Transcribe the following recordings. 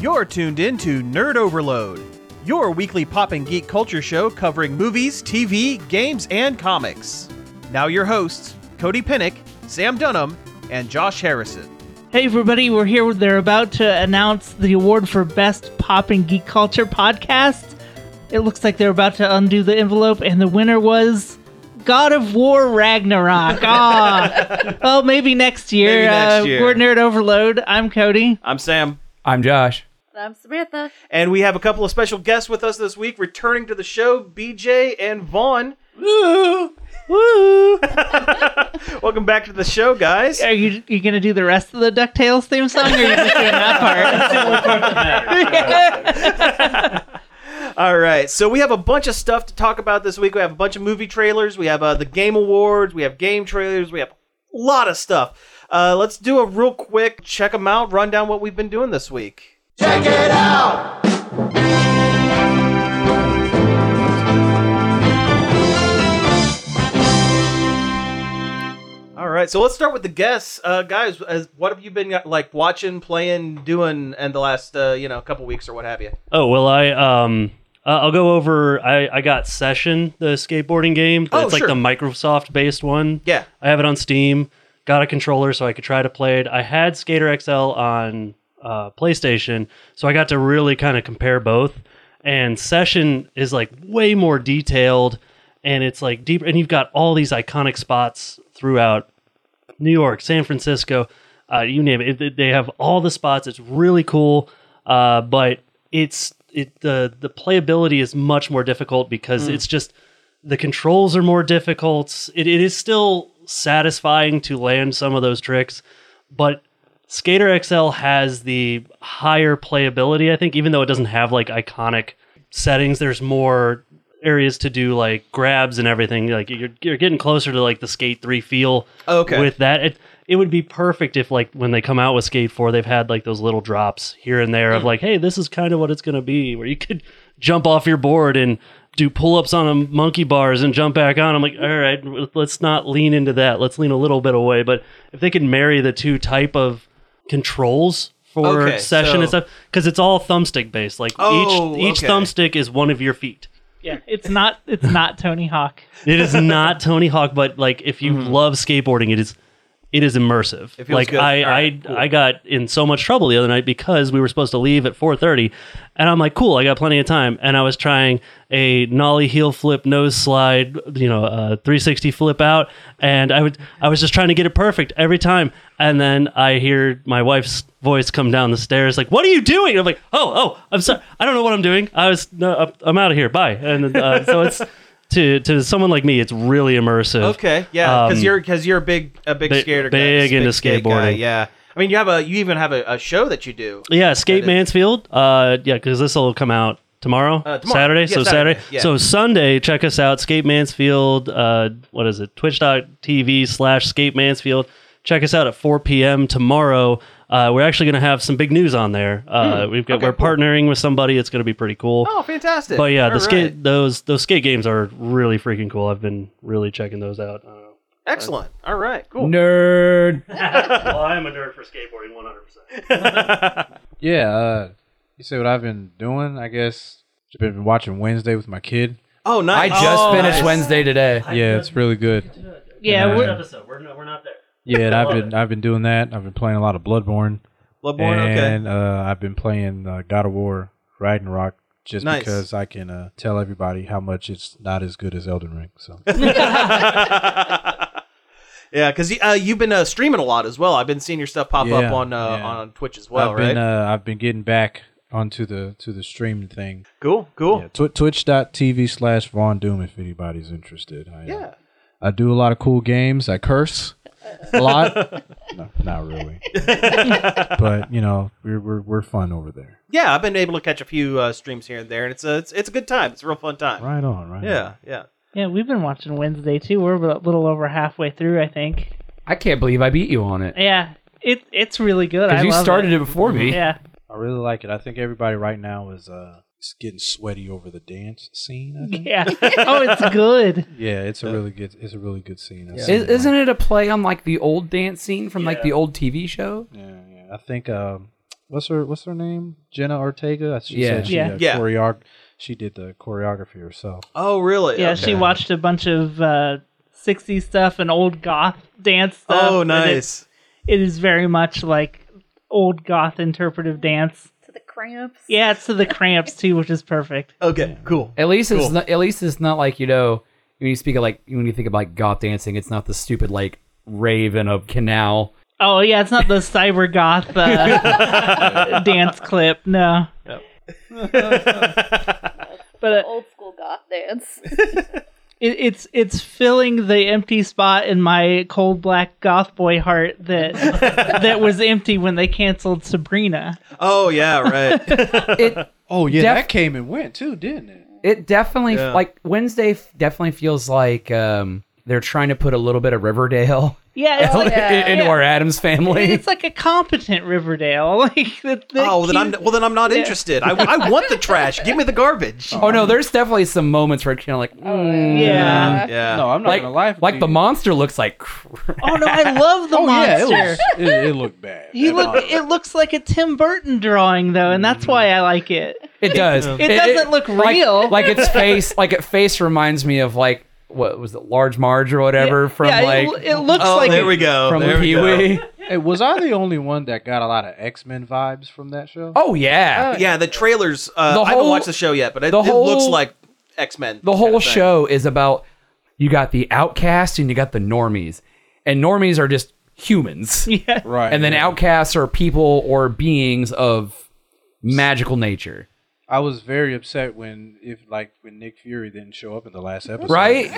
You're tuned in to Nerd Overload, your weekly pop and geek culture show covering movies, TV, games, and comics. Now, your hosts, Cody Pinnick, Sam Dunham, and Josh Harrison. Hey everybody, we're here. They're about to announce the award for best pop and geek culture podcast. It looks like they're about to undo the envelope, and the winner was God of War Ragnarok. Ah, well, maybe next year. uh, Maybe next year. We're Nerd Overload. I'm Cody. I'm Sam. I'm Josh. I'm Samantha. And we have a couple of special guests with us this week, returning to the show, BJ and Vaughn. Woo! Woo! Welcome back to the show, guys. Are you you gonna do the rest of the Ducktales theme song, or are you just doing that part? All right, so we have a bunch of stuff to talk about this week. We have a bunch of movie trailers. We have uh, the Game Awards. We have game trailers. We have a lot of stuff. Uh, let's do a real quick check them out, run down what we've been doing this week. Check it out. All right, so let's start with the guests, uh, guys. As, what have you been like watching, playing, doing, in the last uh, you know couple weeks or what have you? Oh well, I um, uh, I'll go over. I I got Session, the skateboarding game. Oh, It's like sure. the Microsoft based one. Yeah. I have it on Steam. Got a controller so I could try to play it. I had Skater XL on uh, PlayStation, so I got to really kind of compare both. And Session is like way more detailed, and it's like deeper. And you've got all these iconic spots throughout New York, San Francisco, uh, you name it. It- They have all the spots. It's really cool, uh, but it's it the the playability is much more difficult because it's just the controls are more difficult. It, it is still satisfying to land some of those tricks, but Skater XL has the higher playability. I think even though it doesn't have like iconic settings, there's more areas to do like grabs and everything. Like you're you're getting closer to like the Skate 3 feel Okay. with that. It it would be perfect if like when they come out with Skate 4, they've had like those little drops here and Hmm. there of like, hey, this is kind of what it's gonna be, where you could jump off your board and do pull-ups on a monkey bars and jump back on. I'm like, all right, let's not lean into that. Let's lean a little bit away. But if they could marry the two type of controls for Okay, session and so- stuff, because it's all thumbstick based. Like Oh, each each okay. thumbstick is one of your feet. yeah, it's not it's not Tony Hawk. It is not Tony Hawk, but like if you love skateboarding, it is it is immersive. Mm-hmm. feels like good. I All right, I I got in so much trouble the other night because we were supposed to leave at 4:30, and I'm like, cool, I got plenty of time, and I was trying a nollie heel flip nose slide, you know, uh, 360 flip out, and I would I was just trying to get it perfect every time, and then I hear my wife's voice come down the stairs like what are you doing i'm like oh oh i'm sorry i don't know what i'm doing i was no, i'm out of here bye and uh, so it's to to someone like me it's really immersive Okay, yeah, because Um, you're because you're a big a big big- skater, big guy, into skate guy, skateboarding. yeah, I mean you have a you even have a, a show that you do. Yeah, Skate is- Mansfield. Uh, yeah, because this will come out tomorrow, Uh, tomorrow. Saturday. Yeah, so Saturday, Saturday. yeah. So Sunday, check us out. Skate Mansfield. Uh, what is it? Twitch.tv slash Skate Mansfield. Check us out at 4 p.m. tomorrow. Uh, we're actually going to have some big news on there. Uh, we've got Hmm. okay, we're cool. partnering with somebody. It's going to be pretty cool. Oh, fantastic! but yeah, the All skate right. those those skate games are really freaking cool. I've been really checking those out. Uh, excellent. All right, cool. Nerd. well, I'm a nerd for skateboarding, 100. percent Yeah. Uh, you see what I've been doing? I guess I've been watching Wednesday with my kid. Oh, I nice. just Oh, finished nice. Wednesday today. Yeah, it's really good. Yeah, we're, Episode. We're, we're not there. Yeah, and I've been I've been doing that. I've been playing a lot of Bloodborne, Bloodborne. Okay. and uh, I've been playing uh, God of War Ragnarok just Nice. because I can uh, tell everybody how much it's not as good as Elden Ring. So Yeah, because uh, you've been uh, streaming a lot as well. I've been seeing your stuff pop up Yeah, on uh, yeah. on Twitch as well, I've right? been uh, I've been getting back onto the to the streaming thing. cool, cool. Yeah, tw- Twitch.tv slash Von Doom if anybody's interested. I, uh, Yeah. I do a lot of cool games. I curse a lot. no, not really. but you know, we're, we're we're fun over there. Yeah, I've been able to catch a few uh, streams here and there, and it's a it's, it's a good time. It's a real fun time. Right on, right. Yeah, yeah. yeah, we've been watching Wednesday too. We're a little over halfway through, I think. I can't believe I beat you on it. Yeah, it it's really good. I Because you love started it. before me. Yeah. on. I really like it. I think everybody right now is uh is getting sweaty over the dance scene. I think. Yeah. Oh, it's good. Yeah, it's a really good it's a really good scene. I've I- seen Isn't it a play on like the old dance scene from like the old TV show? Yeah, yeah. I think um what's her what's her name? Jenna Ortega. She Yeah. said she Yeah. uh, Yeah. choreog- she did the choreography herself. Oh, really? Yeah, Okay. she watched a bunch of uh, 60s stuff and old goth dance stuff. Oh, uh, and it- nice. it is very much like old goth interpretive dance. to the cramps. Yeah, it's to the cramps too, which is perfect. Okay, cool. At least Cool. it's not. At least it's not like you know when you speak of like when you think of like goth dancing, it's not the stupid like rave in a canal. Oh yeah, it's not the cyber goth uh, dance clip. No. but uh, Old school goth dance. it, it's it's filling the empty spot in my cold black goth boy heart that that was empty when they canceled Sabrina. Oh yeah, right. It Oh yeah, Def- that came and went too, didn't it? it definitely Yeah. like Wednesday f- definitely feels like um they're trying to put a little bit of Riverdale Oh, Yeah, it's like, yeah. into our Adams family. it's like a competent Riverdale. Like the, the oh, then I'm cute- well. Then I'm not interested. I, I want the trash. Give me the garbage. oh no, there's definitely some moments where it's kind of like mm, yeah. Yeah. No, I'm not like gonna lie. for like you. the monster looks like crap. Oh no, I love the Oh yeah, monster. it, was, it, it looked bad. uh, He look. It looks like a Tim Burton drawing, though, and that's why I like it. Oh, It does. It doesn't look like- real. Like, its face, like its face reminds me of like what was it, Large Marge or whatever from yeah, like it, it looks Oh, like there it- we go. from there we Pee go. Wee. Hey, was I the only one that got a lot of X Men vibes from that show? Oh yeah, Yeah, the trailers. Uh, The I haven't whole- watched the show yet, but it, the it looks whole- like X Men. the whole show is about you got the outcast and you got the normies, and normies are just humans, Yeah. right. and then yeah. outcasts are people or beings of magical nature, I was very upset when if like when Nick Fury didn't show up in the last episode. right?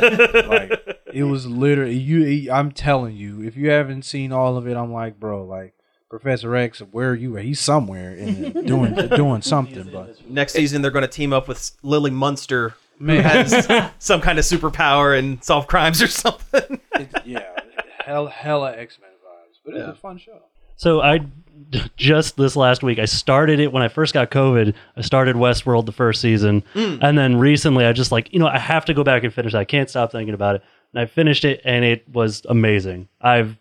Like it was literally you. I'm telling you, if you haven't seen all of it, I'm like, bro, like Professor X, where are you? at? He's somewhere and doing doing something, but Next season, they're going to team up with Lily Munster, who Man. has some kind of superpower and solve crimes or something. it's, yeah, hell, hella X Men vibes. But it's a fun show. So I just this last week I started it when I first got COVID. I started Westworld the first season, and then recently I just like you know I have to go back and finish. it. I can't stop thinking about it, and I finished it, and it was amazing. I've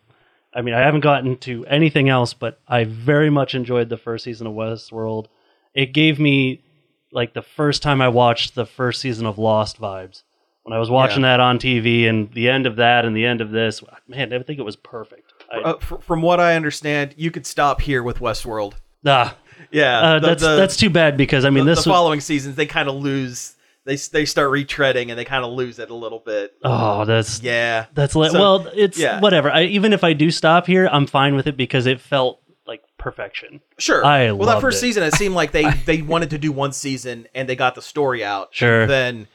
I mean, I haven't gotten to anything else, but I very much enjoyed the first season of Westworld. It gave me like the first time I watched the first season of Lost vibes. When I was watching that on TV and the end of that and the end of this, man, I think it was perfect. I, Uh, fr- from what I understand, you could stop here with Westworld. ah, Yeah, Uh, the- that's the- that's too bad because I mean the, this the was, following seasons they kind of lose. They s- they start retreading and they kind of lose it a little bit. oh that's Yeah, that's li- So- well it's yeah. whatever I, even if I do stop here I'm fine with it because it felt like perfection Sure. I well, that loved first it. season, it seemed like they they wanted to do one season and they got the story out. Sure. Then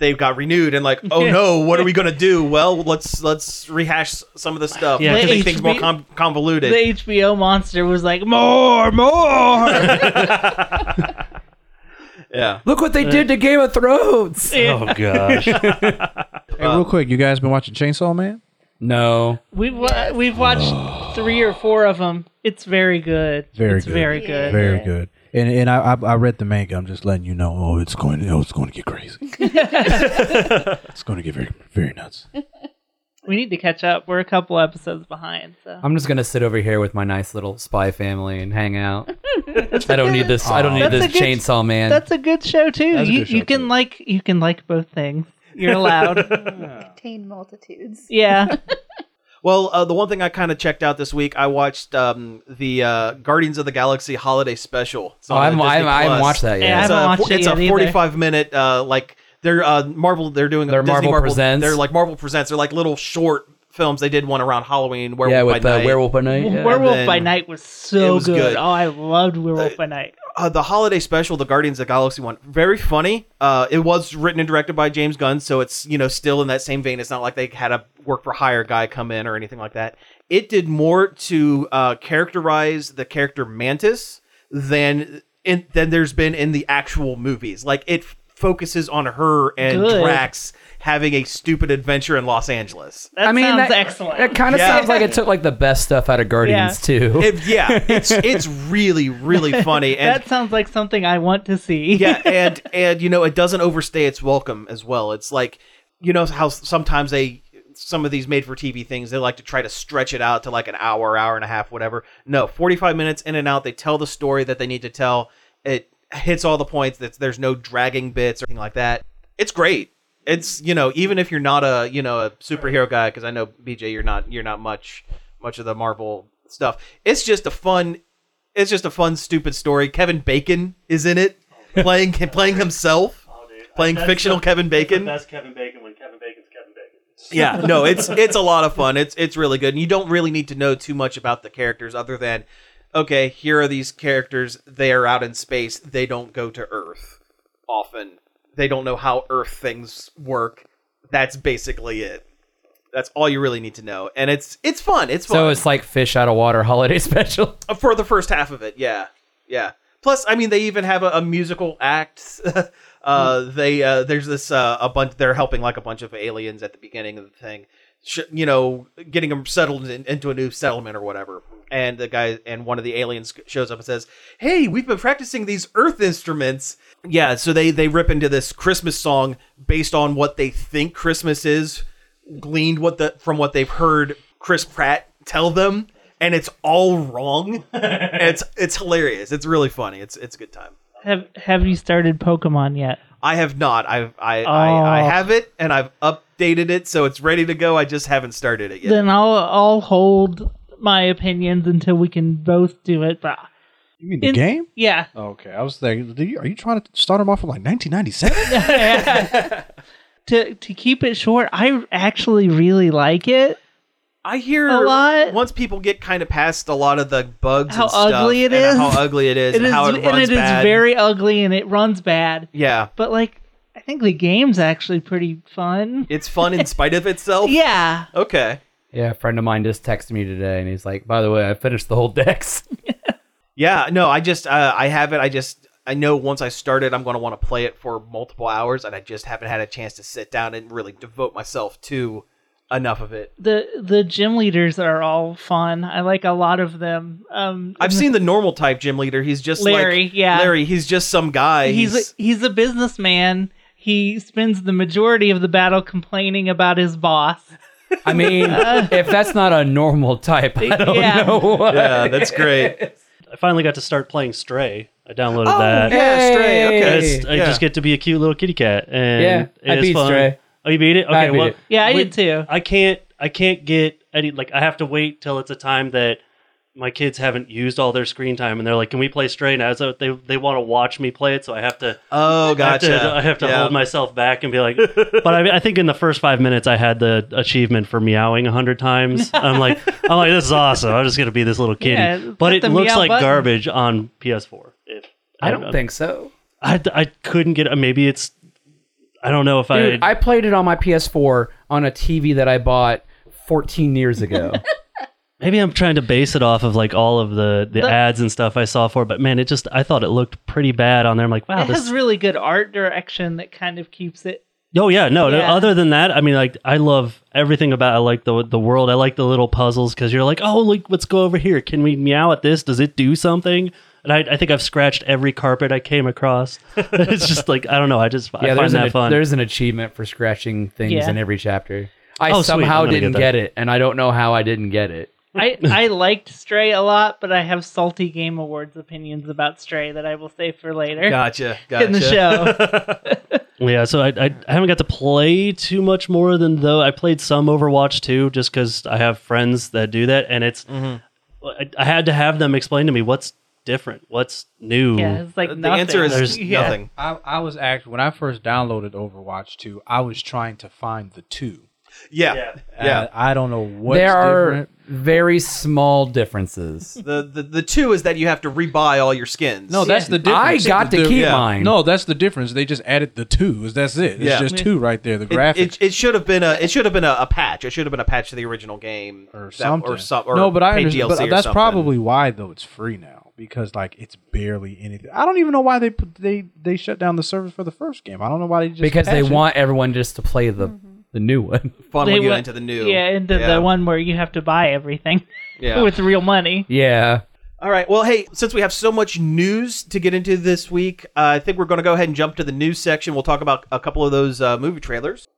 they got renewed and like, oh no, what are we gonna do? Well, let's let's rehash some of the stuff. Yeah, Yeah, The make things more HB com- convoluted. The HBO monster was like more, more. yeah. Look what they did to Game of Thrones. oh gosh Hey, real quick, you guys been watching Chainsaw Man? No, we've wa- we've watched three or four of them. It's very good. Very it's good. Very good. Very good. And and I, I I read the manga. I'm just letting you know. Oh, it's going. to Oh, it's going to get crazy. it's going to get very very nuts. We need to catch up. We're a couple episodes behind. So. I'm just gonna sit over here with my nice little spy family and hang out. I don't need this. I don't need That's this a good- chainsaw man. That's a good show too. That's a You, good show, you can too. like you can like both things. You're allowed. Contain multitudes. yeah. Well, uh, the one thing I kind of checked out this week, I watched um, the uh, Guardians of the Galaxy holiday special. It's oh, on I'm, Disney I'm, I haven't Plus. watched that Yeah, I yet. It's haven't a, watched fo- it it's yet a either. 45 minute uh, like they're uh, Marvel. They're doing They're Disney Marvel Presents. They're like Marvel presents. They're like little short films. They did one around Halloween. Werewolf Yeah, by with uh, the Night. werewolf by night. yeah. Werewolf then by Night was so it was good. good. Oh, I loved Werewolf by Night. uh, the holiday special, the Guardians of the Galaxy one, very funny. Uh, it was written and directed by James Gunn, so it's you know still in that same vein. It's not like they had a work for hire guy come in or anything like that. It did more to uh, characterize the character Mantis than in, than there's been in the actual movies. Like it f- focuses on her and Good. Drax having a stupid adventure in Los Angeles. That I mean, sounds that, excellent. It kind of Yeah. sounds like it took like the best stuff out of Guardians too. It- yeah, it's it's really really funny. And that sounds like something I want to see. yeah and and you know it doesn't overstay its welcome as well it's like you know how sometimes they some of these made for TV things, they like to try to stretch it out to like an hour, hour and a half, whatever. No, 45 minutes in and out. They tell the story that they need to tell. It hits all the points. That there's no dragging bits or anything like that. It's great. It's you know even if you're not a you know a superhero guy because I know BJ you're not you're not much much of the Marvel stuff. It's just a fun it's just a fun stupid story. Kevin Bacon is in it playing playing himself. Playing That's fictional the- Kevin that's the Bacon? best Kevin Bacon when Kevin Bacon's Kevin Bacon. yeah no it's it's a lot of fun it's it's really good and you don't really need to know too much about the characters other than okay here are these characters they are out in space they don't go to earth often they don't know how earth things work that's basically it that's all you really need to know and it's it's fun it's fun So it's like fish out of water holiday special. Uh, for the first half of it yeah yeah plus i mean they even have a, a musical act uh they uh there's this uh a bunch they're helping like a bunch of aliens at the beginning of the thing sh- you know getting them settled in, into a new settlement or whatever and the guy and one of the aliens shows up and says hey we've been practicing these earth instruments yeah so they they rip into this christmas song based on what they think christmas is gleaned what the from what they've heard Chris Pratt tell them, and it's all wrong. it's it's hilarious. It's really funny. It's it's a good time. Have Have you started Pokemon yet? I have not. I've I, I, I Oh. have it and I've updated it, so it's ready to go. I just haven't started it yet. Then I'll I'll hold my opinions until we can both do it. But You mean the In- game? yeah, Okay, I was thinking, do you, are you trying to start him off from like 1997? to to keep it short, I actually really like it. I hear A lot. once people get kind of past a lot of the bugs, How and stuff, ugly it and is. how ugly it is, It and is how it runs and it is bad. very ugly and it runs bad. yeah. But like, I think the game's actually pretty fun. It's fun in spite of itself. Yeah, Okay. Yeah, a friend of mine just texted me today and he's like, by the way, I finished the whole Dex. Yeah, no, I just uh, I have it. I just I know once I start it, I'm going to want to play it for multiple hours, and I just haven't had a chance to sit down and really devote myself to enough of it. the the gym leaders are all fun. I like a lot of them. Um, I've seen the normal type gym leader. He's just Larry, like, yeah. Larry. He's just some guy. He's, he's a, he's a businessman. He spends the majority of the battle complaining about his boss. I mean, if that's not a normal type, I don't Yeah. know what. yeah, that's great. I finally got to start playing Stray. I downloaded Oh, that. yeah, stray. Yay. I Okay, just, I Yeah. just get to be a cute little kitty cat, and Yeah, I it is beat fun. Stray. Oh, you beat it? Okay, I beat well, it. Yeah, I we- did too. I can't. I can't get any. Like, I have to wait till it's a time that my kids haven't used all their screen time, and they're like, "Can we play Stray?" And I was, like, they they want to watch me play it, so I have to. Oh, gotcha. I have to, I have to Yeah. hold myself back and be like, but I, I think in the first five minutes, I had the achievement for meowing a hundred times. I'm like, I'm like, this is awesome. I'm just gonna be this little kitty. Yeah, but hit it the looks meow like button. garbage on PS4. If I don't think so. I, I couldn't get. Maybe it's. I don't know if Dude, I. I played it on my PS4 on a TV that I bought 14 years ago. Maybe I'm trying to base it off of like all of the the The- ads and stuff I saw for. it, But man, it just. I thought it looked pretty bad on there. I'm like, wow, It this has really good art direction that kind of keeps it. Oh yeah, no, no. Yeah. Other than that, I mean, like I love everything about. I like the the world. I like the little puzzles because you're like, oh, look, let's go over here. Can we meow at this? Does it do something? And I, I think I've scratched every carpet I came across. it's just like I don't know. I just yeah, I find there's that an, fun. there's an achievement for scratching things Yeah. in every chapter. I Oh, sweet. somehow I'm gonna didn't get get, that. it, and I don't know how I didn't get it. I I liked Stray a lot, but I have salty Game Awards opinions about Stray that I will save for later Gotcha. Gotcha. in the show. Yeah, so I, I I haven't got to play too much more than though I played some Overwatch too, just because I have friends that do that, and it's Mm-hmm. I, I had to have them explain to me what's different, what's new. yeah, it's like The nothing. answer is There's Yeah. nothing. I, I was actually when I first downloaded Overwatch 2, I was trying to find the two. Yeah. Yeah. I, I don't know what's there are different. very small differences. The, the the two is that you have to rebuy all your skins. No, that's the I difference. got The- to keep yeah. mine. No, that's the difference. They just added the two. That's it. It's Yeah. just two right there. The graphics. It, it, it should have been a it should have been a, a patch. It should have been a patch to the original game or that- something. or some- or no, but I paid understand. DLC But or that's something. probably why though it's free now because like it's barely anything. I don't even know why they put, they they shut down the service for the first game. I don't know why they just because they patched it. want everyone just to play the the new one. funneling you went- into the new. Yeah, into Yeah. the one where you have to buy everything Yeah. with real money. Yeah, All right. Well, hey, since we have so much news to get into this week, uh, I think we're going to go ahead and jump to the news section. We'll talk about a couple of those uh, movie trailers.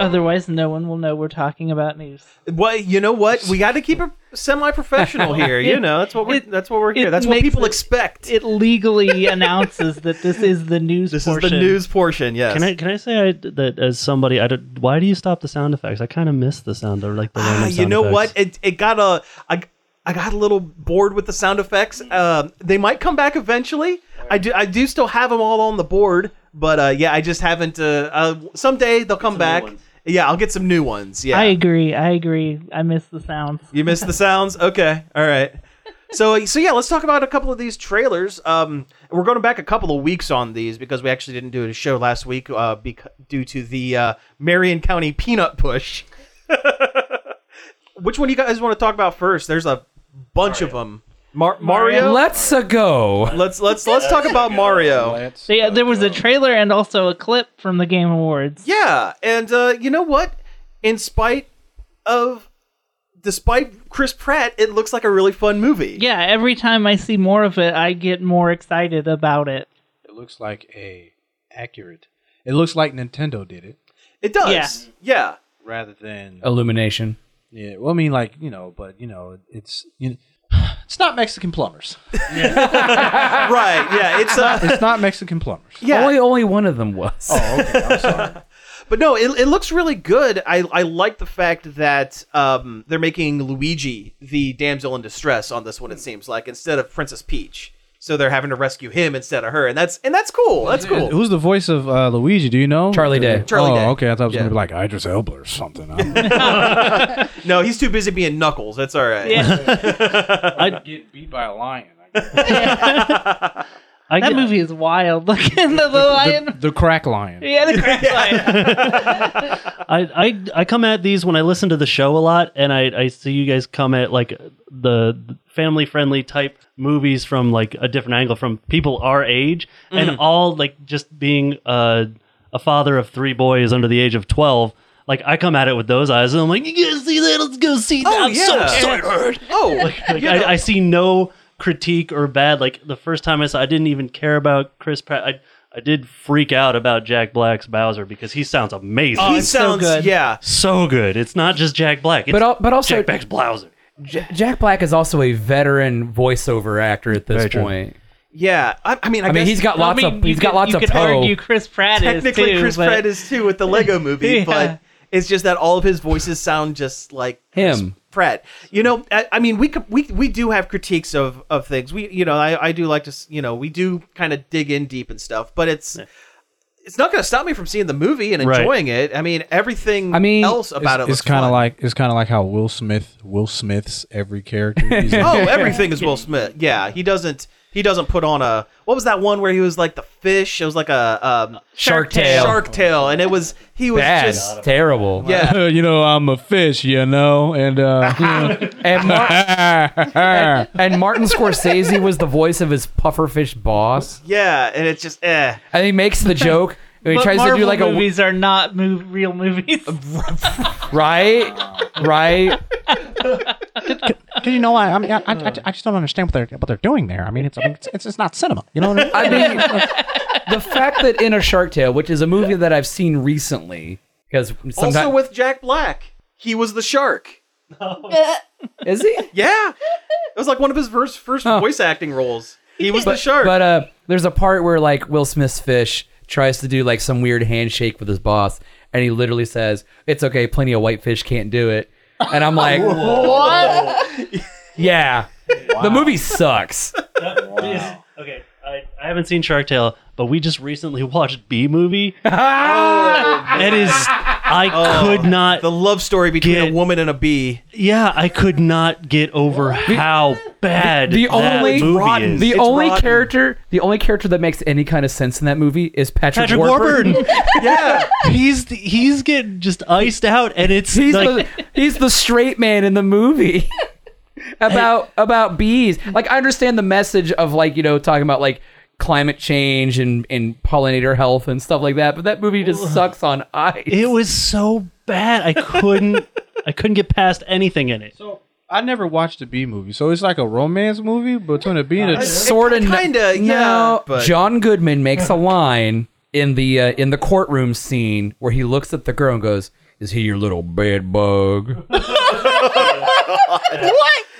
Otherwise, no one will know we're talking about news. Well, you know what? We got to keep it semi-professional here. You know, that's what we're It- that's what we're here. it That's what makes people it- expect. It legally announces that this is the news this portion. is the news portion. Yes. Can I can I say I, that as somebody? I don't, why do you stop the sound effects? I kind of miss the sound of like the random Ah, you sound know effects. what? It it got a I I got a little bored with the sound effects. Um, they might come back eventually. I do I do still have them all on the board, but uh, yeah, I just haven't. Uh, uh, someday they'll come back. Yeah, I'll get some new ones. Yeah, I agree. I agree. I miss the sounds. You missed the sounds? Okay. All right. So so yeah, let's talk about a couple of these trailers. Um, we're going back a couple of weeks on these because we actually didn't do a show last week uh, bec- due to the uh, Marion County peanut push. Which one you guys want to talk about first? There's a bunch of them. Mar- Mario. Let's a go. Let's let's let's talk about Mario. Let's They, there was a trailer and also a clip from the Game Awards. Yeah, and uh, you know what? In spite of, despite Chris Pratt, it looks like a really fun movie. Yeah, every time I see more of it, I get more excited about it. It looks like a accurate. It looks like Nintendo did it It does. yeah. rather than Oh. Illumination. yeah. Well, I mean, like you know, but you know, it's you it's not Mexican plumbers. right yeah it's uh It's not Mexican plumbers. yeah Only only one of them was. Oh, okay. I'm sorry. but no it, it looks really good i i like the fact that um they're making luigi the damsel in distress on this one it seems like instead of princess peach so they're having to rescue him instead of her and that's and that's cool that's cool Who's the voice of uh, Luigi? Do you know? Charlie Day. Charlie oh, Day. okay. I thought it was Yeah. gonna be like Idris Elba or something. I don't know. no he's too busy being knuckles that's all right Yeah, get beat by a lion. I that get, movie is wild. Look at the, the lion. The, the crack lion. Yeah, the crack lion. I, I I come at these when I listen to the show a lot, and I, I see you guys come at like the family friendly type movies from like a different angle from people our age, Mm. and all like just being uh, a father of three boys under the age of twelve. Like I come at it with those eyes, and I'm like, you guys see that? Let's go see that. Oh, I'm so yeah. excited. oh Like, you know, I, I see no critique or bad. Like the first time I saw, I didn't even care about Chris Pratt. I, I did freak out about Jack Black's Bowser because he sounds amazing. Oh, he it's so sounds good. yeah so good. It's not just Jack Black. It's But al- but also Jack Black's Bowser. J- Jack Black is also a veteran voiceover actor at this point. yeah i, I mean i, I, mean, guess he's got I lots mean, of you he's got could- lots you of could toe. argue Chris Pratt technically is too, chris but pratt is too with the lego movie Yeah. but it's just that all of his voices sound just like Chris Him. pratt you know i, I mean we, could- we we do have critiques of of things we you know i, I do like to s- you know we do kind of dig in deep and stuff but it's it's not going to stop me from seeing the movie and Right. enjoying it i mean everything I mean, else about it's, it it's kind kind of like it's kind of like how Will Smith Will Smith's every character. He's like, oh everything is will smith yeah he doesn't he doesn't put on a what was that one where he was like the fish it was like a um, Shark Tale. shark tail and it was he was Bad, just terrible. yeah you know, I'm a fish, you know, and And, Mar- uh, and Martin Scorsese was the voice of his pufferfish boss, Yeah, and it's just eh. and he makes the joke. and He But tries Marvel to do like a movies are not mov- real movies. right, right. you know, I, I, mean, I, I, I just don't understand what they're what they're doing there. I mean, it's I mean, it's, it's, it's not cinema, you know. What I mean? I mean, the fact that in a Shark Tale, which is a movie that I've seen recently, because sometimes Also with Jack Black, he was the shark. is he? Yeah, it was like one of his first first voice acting roles. He was the shark. But uh, there's a part where like Will Smith's fish tries to do like some weird handshake with his boss, and he literally says, "It's okay, plenty of white fish can't do it." And I'm like, "What?" yeah, the movie sucks. Okay, I, I haven't seen Shark Tale, but we just recently watched B Movie. Oh. It is. I could uh, not. the love story between Get- a woman and a bee. yeah, I could not get over how bad The that only movie is. the It's only rotten. character the only character that makes any kind of sense in that movie is Patrick, Patrick Warburton. Warburton. yeah, he's he's getting just iced out, and it's He's like the he's the straight man in the movie. about about bees. Like I understand the message of like, you know, talking about like climate change and, and pollinator health and stuff like that, but that movie just sucks on ice. it was so bad. I couldn't I couldn't get past anything in it. So I- I never watched a B movie, so it's like a romance movie between a B and a. sort of kinda, yeah, but- John Goodman makes a line in the uh, in the courtroom scene where he looks at the girl and goes, "Is he your little bed bug?" what?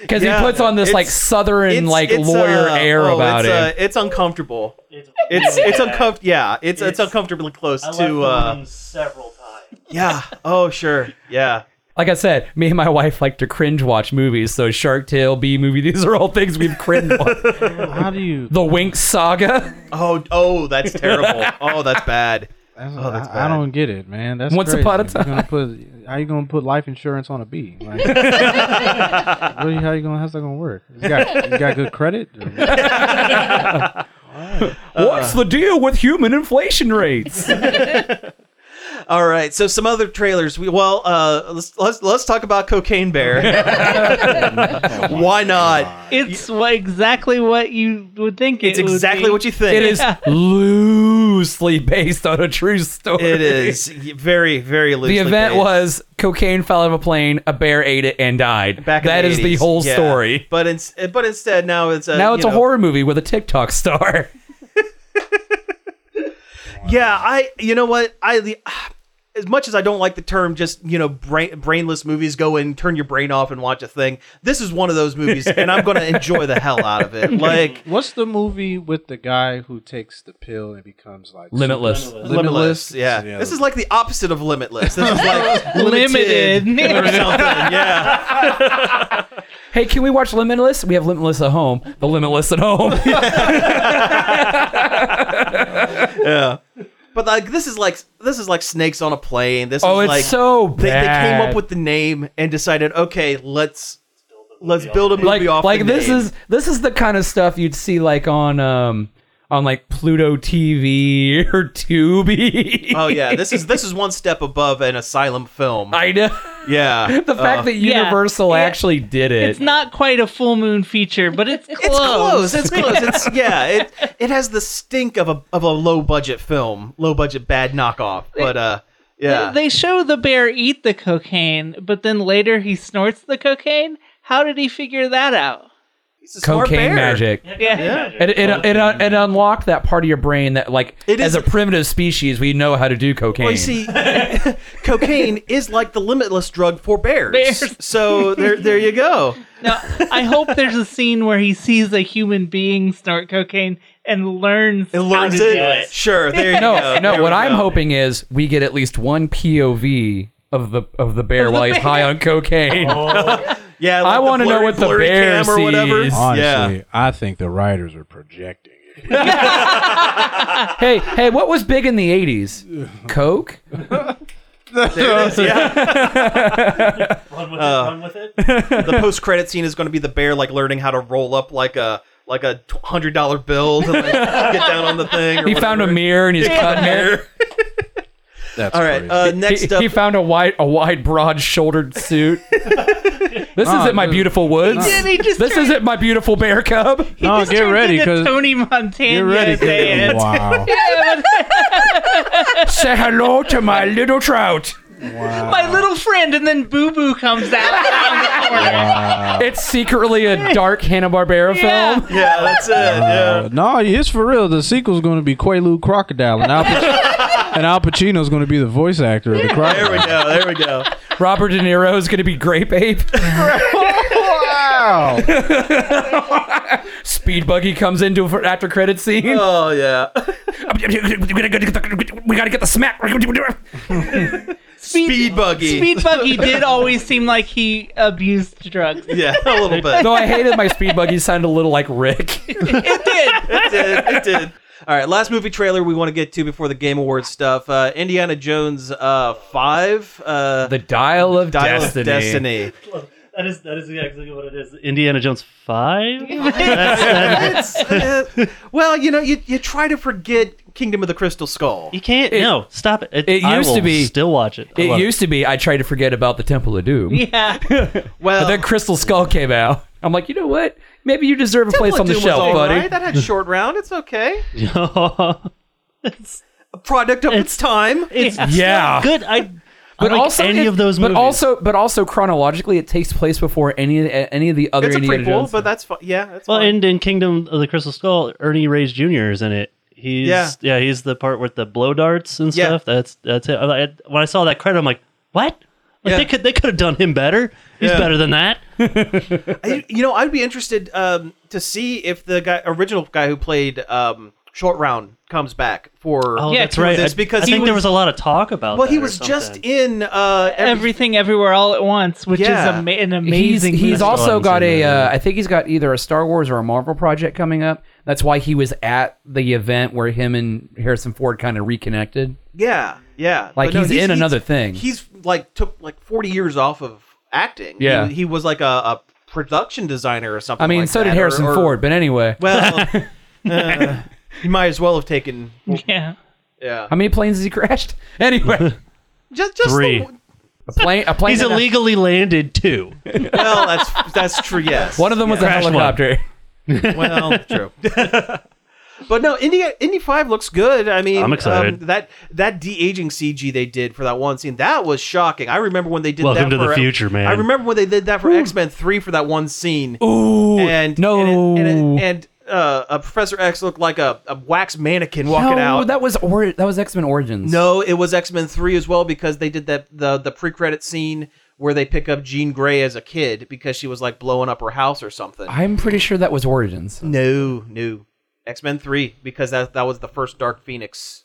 Because Yeah. he puts on this like It's- southern It's- like it's, lawyer uh, air oh, about it's, him. Uh, it's uncomfortable. It's it's uncomfortable. Yeah, it's it's, It's- uncomfortably close I left to. the Uh, room several times. yeah. Oh sure. Yeah. like I said, me and my wife like to cringe watch movies. So Shark Tale, B movie, these are all things we've cringe watched. How do you? the Wink Saga. Oh oh that's terrible. oh that's bad. That's, Oh, that's I, bad. I don't get it, man. That's Once crazy. upon a You're gonna put, how you gonna put life insurance on a B? Like, what are you- how you gonna? How's that gonna work? You got, you got good credit. Uh. What's the deal with human inflation rates? All right. So some other trailers. We well uh let's let's let's talk about Cocaine Bear. Why not? It's wha- exactly what you would think. It's exactly what you think. it is loosely based on a true story. It is very very loosely. The event based. was cocaine fell out of a plane, a bear ate it and died. back in That the is the 80s. whole Yeah. story. But ins- but instead now it's a, now you it's a know- horror movie with a TikTok star. Yeah, I you know what I the as much as I don't like the term, just you know, brain, brainless movies go and turn your brain off and watch a thing. This is one of those movies, and I'm going to enjoy the hell out of it. Like What's the movie with the guy who takes the pill and becomes like Limitless. limitless, yeah. This is like the opposite of limitless. This is like Limited. limited, or something. Yeah, Hey, can we watch Limitless? We have Limitless at home. The Limitless at home. yeah. But like this is like this is like snakes on a plane. This oh, is it's like so bad. they, they came up with the name and decided, okay, let's let's build a movie like off. like the this name. is this is the kind of stuff you'd see like on um on like Pluto TV or Tubi. Oh yeah, this is this is one step above an asylum film. I know yeah, the fact that yeah. Universal Yeah. actually did it. It's not quite a full moon feature, but it's close. it's close. It's close. It's yeah. It it has the stink of a of a low budget film, low budget bad knockoff. But uh, yeah, They show the bear eat the cocaine, but then later he snorts the cocaine. How did he figure that out? It's a smart cocaine bear. magic. Yeah. It it, it, uh, it, it unlocked that part of your brain that like It as is- a primitive species we know how to do cocaine. Well, you see, cocaine is like the limitless drug for bears. Bears. So there, there you go. Now, I hope there's a scene where he sees a human being snort cocaine and learns. It learns how to it. do it. Sure. There you no, go. Oh, no. There What we I'm go. hoping is we get at least one POV of the of the bear while he's high on cocaine. Oh. Yeah, like I the wanna know blurry- what the blurry bear cam or whatever. sees. Yeah. Honestly, I think the writers are projecting. it. hey, hey, what was big in the '80s? Coke. There it is, yeah. Run with it. Run with it. the post credit scene is going to be the bear like learning how to roll up like a like a hundred dollar bill to like, get down on the thing. Or He found a whatever. mirror and he's cutting it. That's All right. crazy. Uh, He, next up, he found a wide, a wide, broad-shouldered suit. this Nah, isn't my dude. beautiful woods. Did he just This turn- isn't my beautiful bear cub. he No, just get turns ready, into 'cause- Tony Montana. Get ready, Dan. kid. Wow. Say hello to my little trout. wow. My little friend, and then Boo Boo comes out. wow. It's secretly a dark Hanna Barbera Yeah. film. yeah, that's it. Yeah. Uh, no, it's for real. The sequel's going to be Quaalude Crocodile, and Al, Pac- and Al Pacino's going to be the voice actor of the crocodile. There we go. There we go. Robert De Niro is going to be Grape Ape. Wow. Speed Buggy comes into for after credit scene. Oh yeah. we got to get the smack. Speed buggy. Speed Buggy did always seem like he abused drugs. Yeah, a little bit. Though I hated my Speed Buggy sound a little like Rick. It did. It did. It did. All right, last movie trailer we want to get to before the Game Awards stuff. Uh, Indiana Jones uh, Five. Uh, The Dial of Dial Destiny. of Destiny. That is that is exactly what it is. Indiana Jones five. It's, uh, well, you know, you, you try to forget Kingdom of the Crystal Skull. You can't. no, stop it. it I used to will be- Still watch it. I It love used to be I tried to forget about the Temple of Doom. Yeah. Well, But then Crystal Skull came out. I'm like, you know what? Maybe you deserve a place Temple on of Doom the was shelf, all buddy. right. That had short round. It's okay. it. A product of its, time. it's Yeah. good. I But like also any it- of those But movies. also, but also chronologically, it takes place before any of the- any of the other It's a Indiana prequel, Jones. but that's fine. Yeah, that's Well, fine. and in Kingdom of the Crystal Skull, Ernie Reyes Jr. is in it. He's yeah, Yeah. he's the part with the blow darts and Yeah. stuff. That's that's it. I, I- when I saw that credit, I'm like, what? Like Yeah. they could they could have done him better. He's Yeah. better than that. I, you know, I'd be interested um, to see if the guy, original guy who played um, Short Round, comes back for. Oh, Yeah, that's right. this I, because I he think there was- was a lot of talk about. well, he that or was just something. in uh, every- Everything, everywhere, all at once, which Yeah. is ama- an he's amazing. he's movie. all- also Jones got in a. there. Uh, I think he's got either a Star Wars or a Marvel project coming up. That's why he was at the event where him and Harrison Ford kind of reconnected. Yeah, yeah. Like, he's in another thing. He's like took like forty years off of acting. Yeah. he, he was like a, a production designer or something. I mean, like so that, did or- Harrison or- Ford. But anyway, Well, uh, he might as well have taken. yeah. Yeah, how many planes has he crashed? Anyway, just just the Three. one- a plane. A plane. He's and a- illegally landed too. well, that's that's true. Yes, One of them was a Crashed one. helicopter. well, true. but no, Indy Indy Five looks good. I mean, I'm excited. um, that that de aging CG they did for that one scene that was shocking. I remember when they did Welcome that to the for- uh, future, man. I remember when they did that for X Men Three for that one scene. Ooh, and no. and it- and, it- and, uh, a Professor X looked like a, a wax mannequin walking no, out. that was or that was X Men Origins. no, it was X Men Three as well because they did that the the pre credit scene where they pick up Jean Grey as a kid because she was like blowing up her house or something. I'm pretty sure that was Origins. No, no. X Men Three because that that was the first Dark Phoenix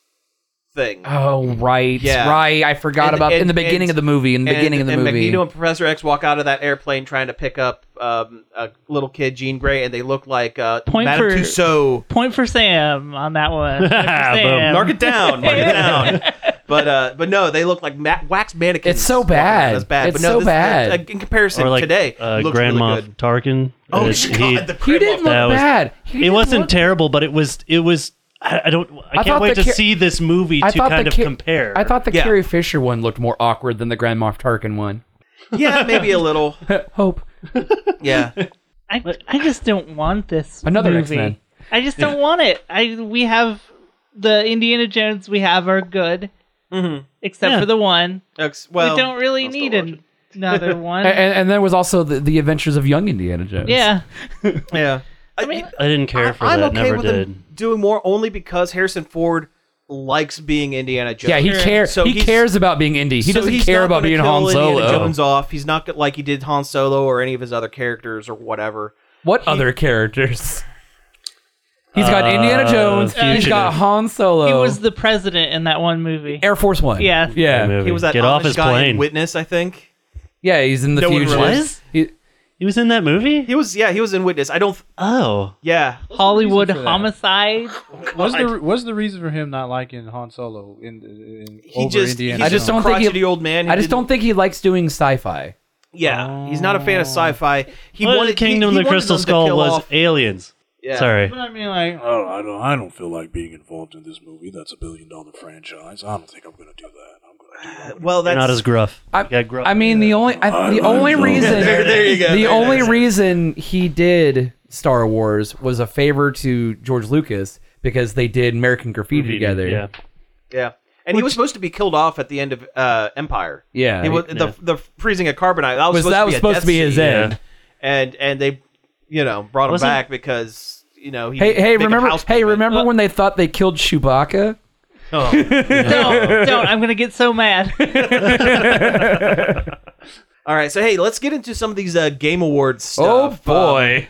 thing. Oh right, Yeah. right. I forgot And- about in and- the beginning and- of the movie. In the beginning of the and movie, Magneto and Professor X walk out of that airplane trying to pick up um, a little kid, Jean Grey, and they look like uh, Point Madame for- Tussaud. Point for Sam on that one. Point for Sam. Mark it down, mark it down. But uh, but no, they look like ma- wax mannequins. It's so walking around. bad. That's bad. but It's no, so this- bad. uh, in comparison or like today, uh, it looks Grand really Moff good. Tarkin. Oh It's- my he- god, the he Grand didn't Moff- look that was- bad. He it didn't wasn't look- terrible, but it was it was. I, I don't. I, I can't thought wait the to ca- see this movie to thought kind the of Ki- compare. I thought the Yeah. Carrie Fisher one looked more awkward than the Grand Moff Tarkin one. Yeah, maybe a little. Hope Yeah. I, I just don't want this Another movie. X-Men. I just don't want it. I we have the Indiana Jones we have are good, Mm-hmm. except Yeah. for the one Ex- Well, we don't really I'll still need watch an- another one. and, and, and there was also the, the Adventures of Young Indiana Jones. yeah, it. Yeah. I mean, I didn't care for I'm that. okay Never with did. him doing more only because Harrison Ford likes being Indiana Jones. yeah. He cares. So he he's- cares about being indie. He so doesn't he's care not about gonna being kill Han Indiana Solo. Jones off. He's not go- like he did Han Solo or any of his other characters or whatever. What other characters? He's got Uh, Indiana Jones. He's got Fugitive. Han Solo. he was the president in that one movie. Air Force One. Yeah. yeah, Movie. He was that Get Amish off his guy in plane. Witness, I think. yeah. He's in the No one future. realized. He- He was in that movie. He was yeah, he was in Witness. I don't th- Oh, yeah. Hollywood reason for that? homicide. What's the What's the reason for him not liking Han Solo in, in He over just he's Indiana? I just Jones? just a don't think he- crotchety old man. who I just didn't- don't think he likes doing sci-fi. Yeah, he's not a fan of Oh. sci-fi. He Well, wanted Kingdom he, he of wanted the Crystal them to Skull kill was off- aliens. yeah. Sorry. I mean, like, I don't, Oh, I don't, I don't feel like being involved in this movie. That's a billion dollar franchise. I don't think I'm going to do that. I'm going to do that. Well, You're that's not as gruff. I, You got gruff. I mean, the only I, the only reason There- there you go. the There- only there. reason he did Star Wars was a favor to George Lucas because they did American Graffiti, together. Yeah. Yeah. And he was supposed to be killed off at the end of uh, Empire. Yeah. He was, Yeah. the the freezing of carbonite. That was, Was- supposed, that to was be a supposed death to be his scene. end. And and they, you know, brought him Wasn't- back because you know he. Hey, hey, make a remember? house Hey, payment. Oh. remember when they thought they killed Chewbacca? don't don't. I'm gonna get so mad. All right, so hey, let's get into some of these uh, game awards. Oh Stuff. Uh, boy!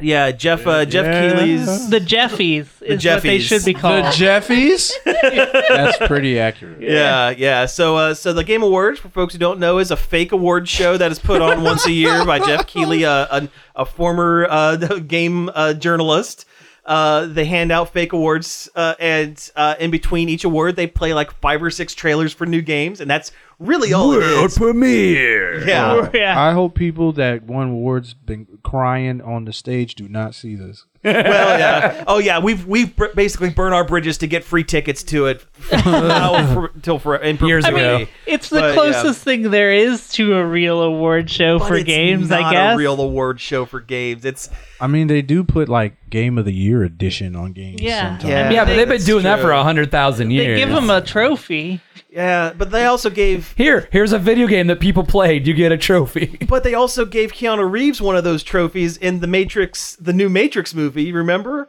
yeah, Jeff uh, Jeff Keeley's. The Jeffies is what they Jeffies. should be the called. Jeffies. That's pretty accurate. Yeah, yeah. So, uh, so the Game Awards, for folks who don't know, is a fake award show that is put on once a year by Jeff Keeley, uh, a, a former uh, game uh, journalist. Uh, they hand out fake awards, uh, and uh, in between each award, they play like five or six trailers for new games, and that's really all it is. premiere. Yeah, Uh, yeah. I hope people that won awards been crying on the stage do not see this. well, yeah. Oh, yeah. We've we've br- basically burned our bridges to get free tickets to it now for, till for in Years perpetuity. ago. It's the But, yeah. closest thing there is to a real award show But for it's games, I not guess. a real award show for games. It's I mean, they do put like Game of the Year edition on games. Yeah. sometimes. Yeah. Yeah, but they've been That's doing that true. for a hundred thousand they years. give them a trophy. yeah, but they also gave here. Here's a video game that people played. You get a trophy. but they also gave Keanu Reeves one of those trophies in the Matrix, the new Matrix movie. Remember?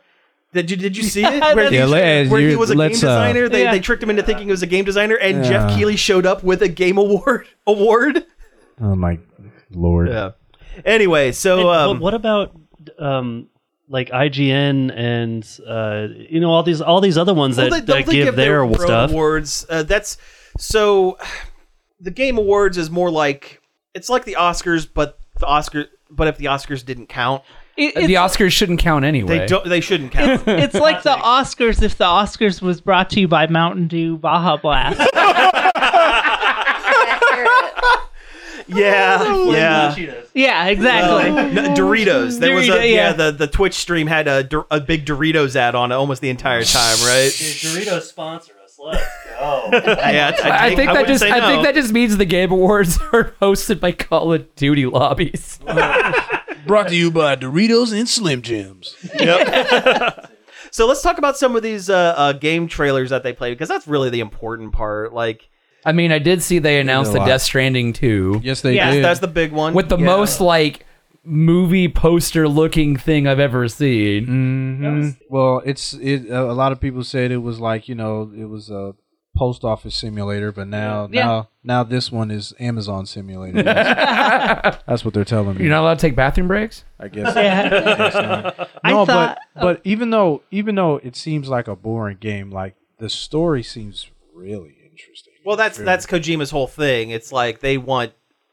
Did you did you see it? Where, Yeah, he, let's- where he you- was a game let's, uh, designer. they, Yeah. they tricked him into thinking he was a game designer, and Jeff Yeah. Keeley showed up with a game award award. Oh my lord. Yeah. Anyway, so And um, what, what about um, like IGN and uh, you know all these all these other ones that, Well, that they give, their, own stuff? awards. Uh, that's so. The Game Awards is more like it's like the Oscars, but the Oscar, but if the Oscars didn't count, It- the it's, Oscars shouldn't count anyway. they don't. They shouldn't count. it's like the Oscars if the Oscars was brought to you by Mountain Dew Baja Blast. Accurate. yeah, yeah. yeah, exactly. No, Doritos. There was a Dorito, yeah. yeah. The the Twitch stream had a, Dor- a big Doritos ad on it almost the entire time, right? Doritos sponsor us. Let's go. yeah, I, I think that wouldn't just say I think no. that just means the game awards are hosted by Call of Duty lobbies. Brought to you by Doritos and Slim Jims. So let's talk about some of these uh, uh, game trailers that they play because that's really the important part. Like I mean, I did see they announced the lot. Death Stranding 2 Yes, they Yes, did. that's the big one with the Yeah. most like movie poster looking thing I've ever seen. Mm. Mhm. Well, it's it. A a lot of people said it was like you know it was a post office simulator, but now Yeah. now now this one is Amazon simulator. That's, that's what they're telling me. You're not allowed to take bathroom breaks. I guess. Yeah. it's not. I No, thought- but but even though even though it seems like a boring game, like the story seems really interesting. Well, that's Really. that's Kojima's whole thing. It's like they want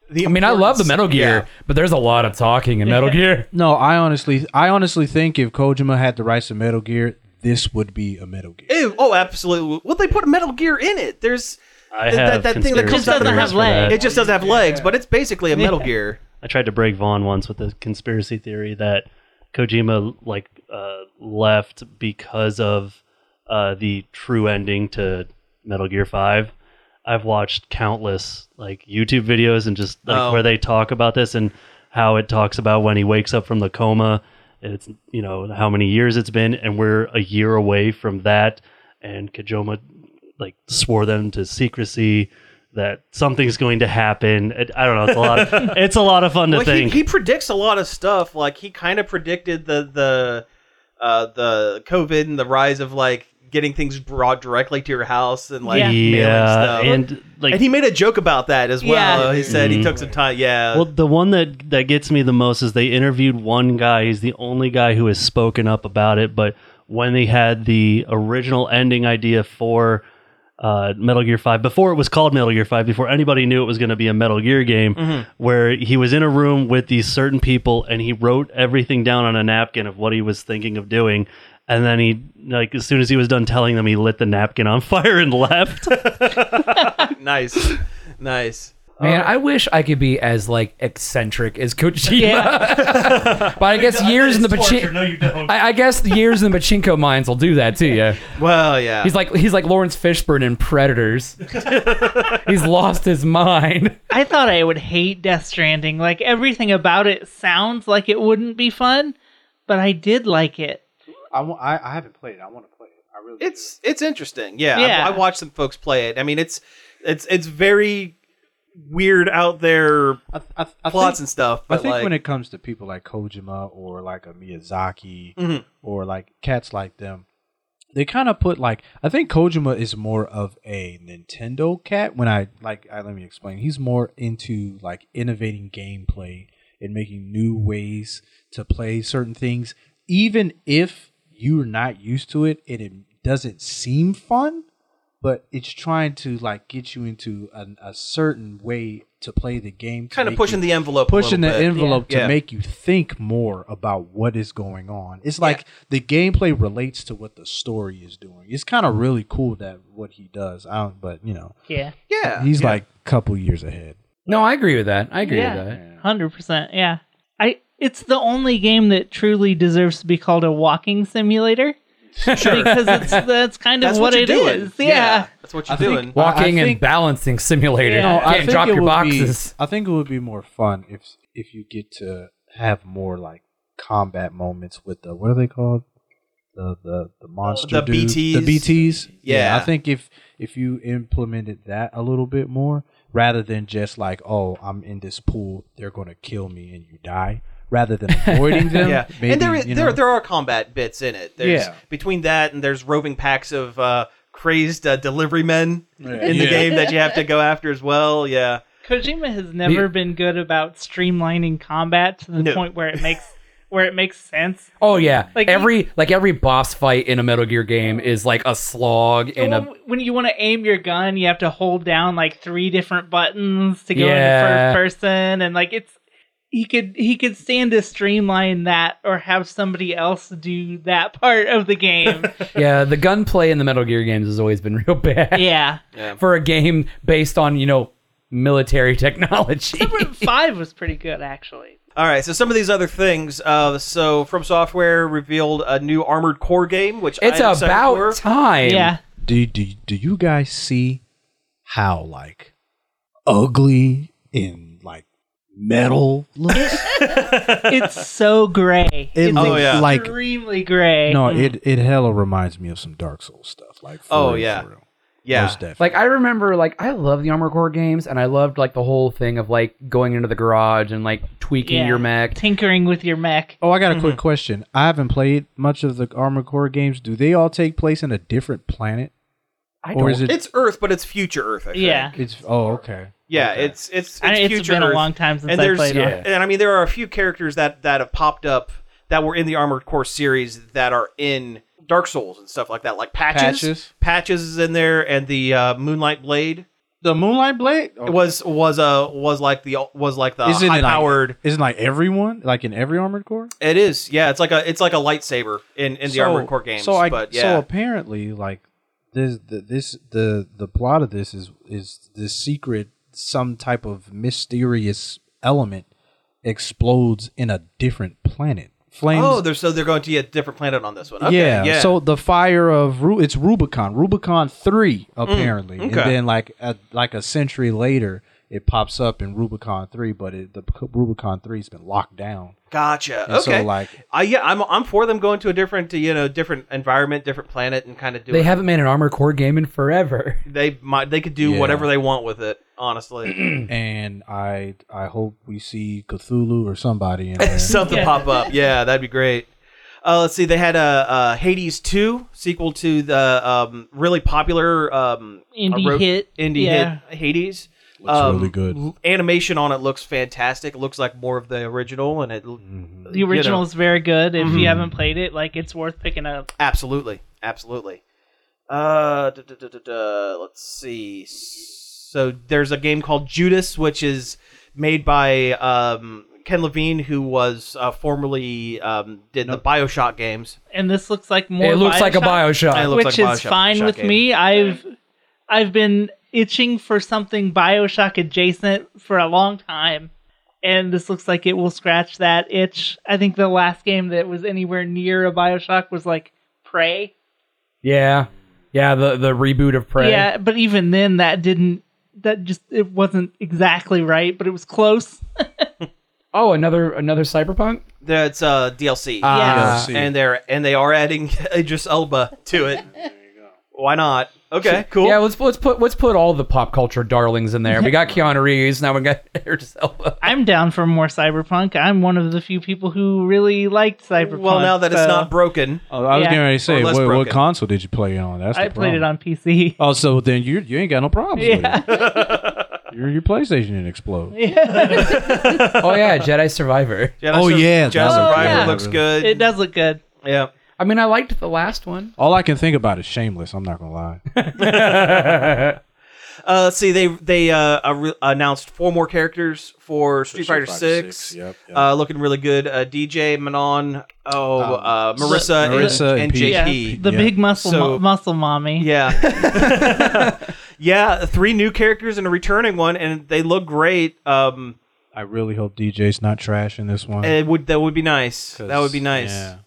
the. I mean, I love the importance- Metal Gear, but there's a lot of talking in Metal Gear. no. I honestly I honestly think if Kojima had the rights to Metal Gear, this would be a Metal Gear. Yeah. Ew, oh, absolutely. Well, they put Metal Gear in it. There's I That- have that thing that conspiracy comes out of the theories house for leg. that. it just doesn't have legs, but it's basically a Metal Gear. I tried to break Vaughn once with the conspiracy theory that Kojima like uh, left because of uh, the true ending to Metal Gear Five. I've watched countless like YouTube videos and just like Oh. where they talk about this and how it talks about when he wakes up from the coma. It's you know how many years it's been, and we're a year away from that. And Kojima like swore them to secrecy that something's going to happen. It- I don't know. It's a lot. Of, it's a lot of fun to Well, he, think. he predicts a lot of stuff. Like he kind of predicted the the uh, the COVID and the rise of like getting things brought directly to your house and like Yeah. mailing stuff. and like And he made a joke about that as well. Yeah. He said he Mm-hmm. Mhm. took some time. Yeah. Well, the one that that gets me the most is they interviewed one guy. He's the only guy who has spoken up about it. But when they had the original ending idea for uh, Metal Gear Five, before it was called Metal Gear Five, before anybody knew it was going to be a Metal Gear game, where he was in a room with these certain people and he wrote everything down on a napkin of what he was thinking of doing. And then he, like, as soon as he was done telling them, he lit the napkin on fire and left. nice, nice. Man, I wish I could be as like eccentric as Kojima. but I guess years in the Pachinko. you don't. I, I guess the years in the Pachinko mines will do that to you. Well, yeah. He's like he's like Lawrence Fishburne in Predators. he's lost his mind. I thought I would hate Death Stranding. Like everything about it sounds like it wouldn't be fun, but I did like it. I, wa- I, I haven't played it. I want to play it. I really. do. it's it's interesting. Yeah, Yeah. I, I watched some folks play it. I mean, it's it's it's very weird out there I, I, I plots think- and stuff. I But think like, when it comes to people like Kojima or like a Miyazaki Mhm. or like cats like them, they kind of put like I think Kojima is more of a Nintendo cat. When I like, I, let me explain. He's more into like innovating gameplay and making new ways to play certain things, even if you're not used to it and it doesn't seem fun. But it's trying to like get you into an, a certain way to play the game, to kind of make pushing you the envelope, a pushing the little bit. envelope Yeah. to make you think more about what is going on. It's like the gameplay relates to what the story is doing. It's kind of really cool that what he does. I don't, but you know, Yeah. Yeah, he's yeah. like a couple years ahead. No, I agree with that. I agree Yeah. with that. Hundred percent. Yeah. I it's the only game that truly deserves to be called a walking simulator. because it's that's kind of That's what, what, you're it is. doing. Yeah. that's what you're I think- doing. Well, I Walking and think- balancing simulator. Yeah. You I Can't think drop it your would be- boxes. I think it would be more fun if if you get to have more like combat moments with the what are they called? The the the monster the dude- BTs? The BTs. Yeah. I think if if you implemented that a little bit more rather than just like, oh, I'm in this pool, they're going to kill me and you die, rather than avoiding them. yeah, maybe, and there is, you there know. there are combat bits in it. There's, Yeah. between that and there's roving packs of uh, crazed uh, delivery men in the game that you have to go after as well. Yeah, Kojima has never been good about streamlining combat to the No. point where it makes where it makes sense. Oh yeah, Like, every like every boss fight in a Metal Gear game is like a slog and when, a when you want to aim your gun, you have to hold down like three different buttons to go Yeah. into first person, and like it's he could he could stand to streamline that or have somebody else do that part of the game. yeah. The gunplay in the Metal Gear games has always been real bad yeah, for a game based on you know military technology. Number five was pretty good actually. All right, so some of these other things. Uh, so From Software revealed a new Armored Core game, which It's I'm excited for. about time. Yeah, do, do do you guys see how like ugly in like metal looks? it's so gray. It it's looks yeah. like extremely gray. No, Mm-hmm. it it hella reminds me of some Dark Souls stuff. Like, for Mm-hmm. Oh, real, yeah. for real. Yeah, Most definitely. Like I remember, like I love the Armor Core games, and I loved like the whole thing of like going into the garage and like tweaking Yeah. your mech. tinkering with your mech. oh, I got a mm-hmm. quick question. I haven't played much of the Armored Core games. Do they all take place in a different planet, I or is it? it's Earth, but it's future Earth. I think. Yeah. it's oh okay. yeah, it's it's it's I know it's future been a Earth. long time since and I there's played yeah, it. and I mean there are a few characters that that have popped up that were in the Armored Core series that are in Dark Souls and stuff like that, like patches. Patches? Patches is in there, and the uh, Moonlight Blade The Moonlight Blade It was uh, was uh was like the was like the high powered. Like, isn't like everyone like in every Armored Core? it is yeah, it's like a it's like a lightsaber in in the Armored Core games. So I but yeah. so apparently like this the, this the the plot of this is is this secret some type of mysterious element explodes in a different planet. Flames Oh, they're so they're going to a different planet on this one. Okay, yeah, yeah, So the fire of Ru- it's Rubicon, Rubicon three apparently, and Mm, okay. then like a, like a century later, it pops up in Rubicon three, but it, the P- Rubicon three's been locked down. gotcha. And so, Okay, like- I yeah, I'm I'm for them going to a different you know different environment, different planet, and kind of do They it. haven't made an Armor Core game in forever. they might they could do Yeah. whatever they want with it. Honestly, And I I hope we see Cthulhu or somebody in there. something pop up. Yeah, that'd be great. Uh, let's see. They had a uh, uh, Hades two sequel to the um, really popular um, Indie uh, ro- hit. indie Yeah. hit Hades. Um, Looks really good. l- Animation on it looks fantastic. It looks like more of the original, and it l- Mm-hmm. The you know, original is very good. If Mm-hmm. you haven't played it, like it's worth picking up. Absolutely, absolutely. Uh, duh, duh, duh, duh, duh. let's see. So there's a game called Judas, which is made by um, Ken Levine, who was uh, formerly um, did the Bioshock games. And this looks like more. it looks like a It Bioshock. looks which like a is Bioshock fine with game. me. I've I've been itching for something Bioshock adjacent for a long time, and this looks like it will scratch that itch. I think the last game that was anywhere near a Bioshock was like Prey. Yeah, yeah. The the reboot of Prey. Yeah, but even then, that didn't. That just it wasn't exactly right, but it was close. Oh, another another Cyberpunk. That's uh, DLC. Ah. and they're and they are adding Idris Elba to it. Why not? Okay, cool. Yeah, let's let's put let's put all the pop culture darlings in there. We got Keanu Reeves. Now we got Idris Elba. I'm down for more cyberpunk. I'm one of the few people who really liked cyberpunk. well, now that so it's not broken, Oh, I was Yeah. getting ready to Or say, less what, what broken. console did you play it on? That's I the played it problem. on PC. Oh, so then you you ain't got no problems. Yeah. With it. Your your PlayStation didn't explode. Oh yeah, Jedi Survivor. Jedi Oh, Sur- yeah, Jedi that's Survivor right. Yeah. looks good. It does look good. yeah, I mean, I liked the last one. All I can think about is Shameless. I'm not gonna lie. Uh, let's see, they they uh, arre- announced four more characters for Street, Street Fighter Fighter Six. six, yep, yep. Uh, looking really good. Uh, DJ Manon, oh uh, Marissa, Um, Marissa and, and and Peach. JP. the Yeah. big muscle So- mu- muscle mommy. Yeah, yeah. three new characters and a returning one, and they look great. Um, I really hope DJ's not trash in this one. It would that would be nice. 'cause- That would be nice. Yeah.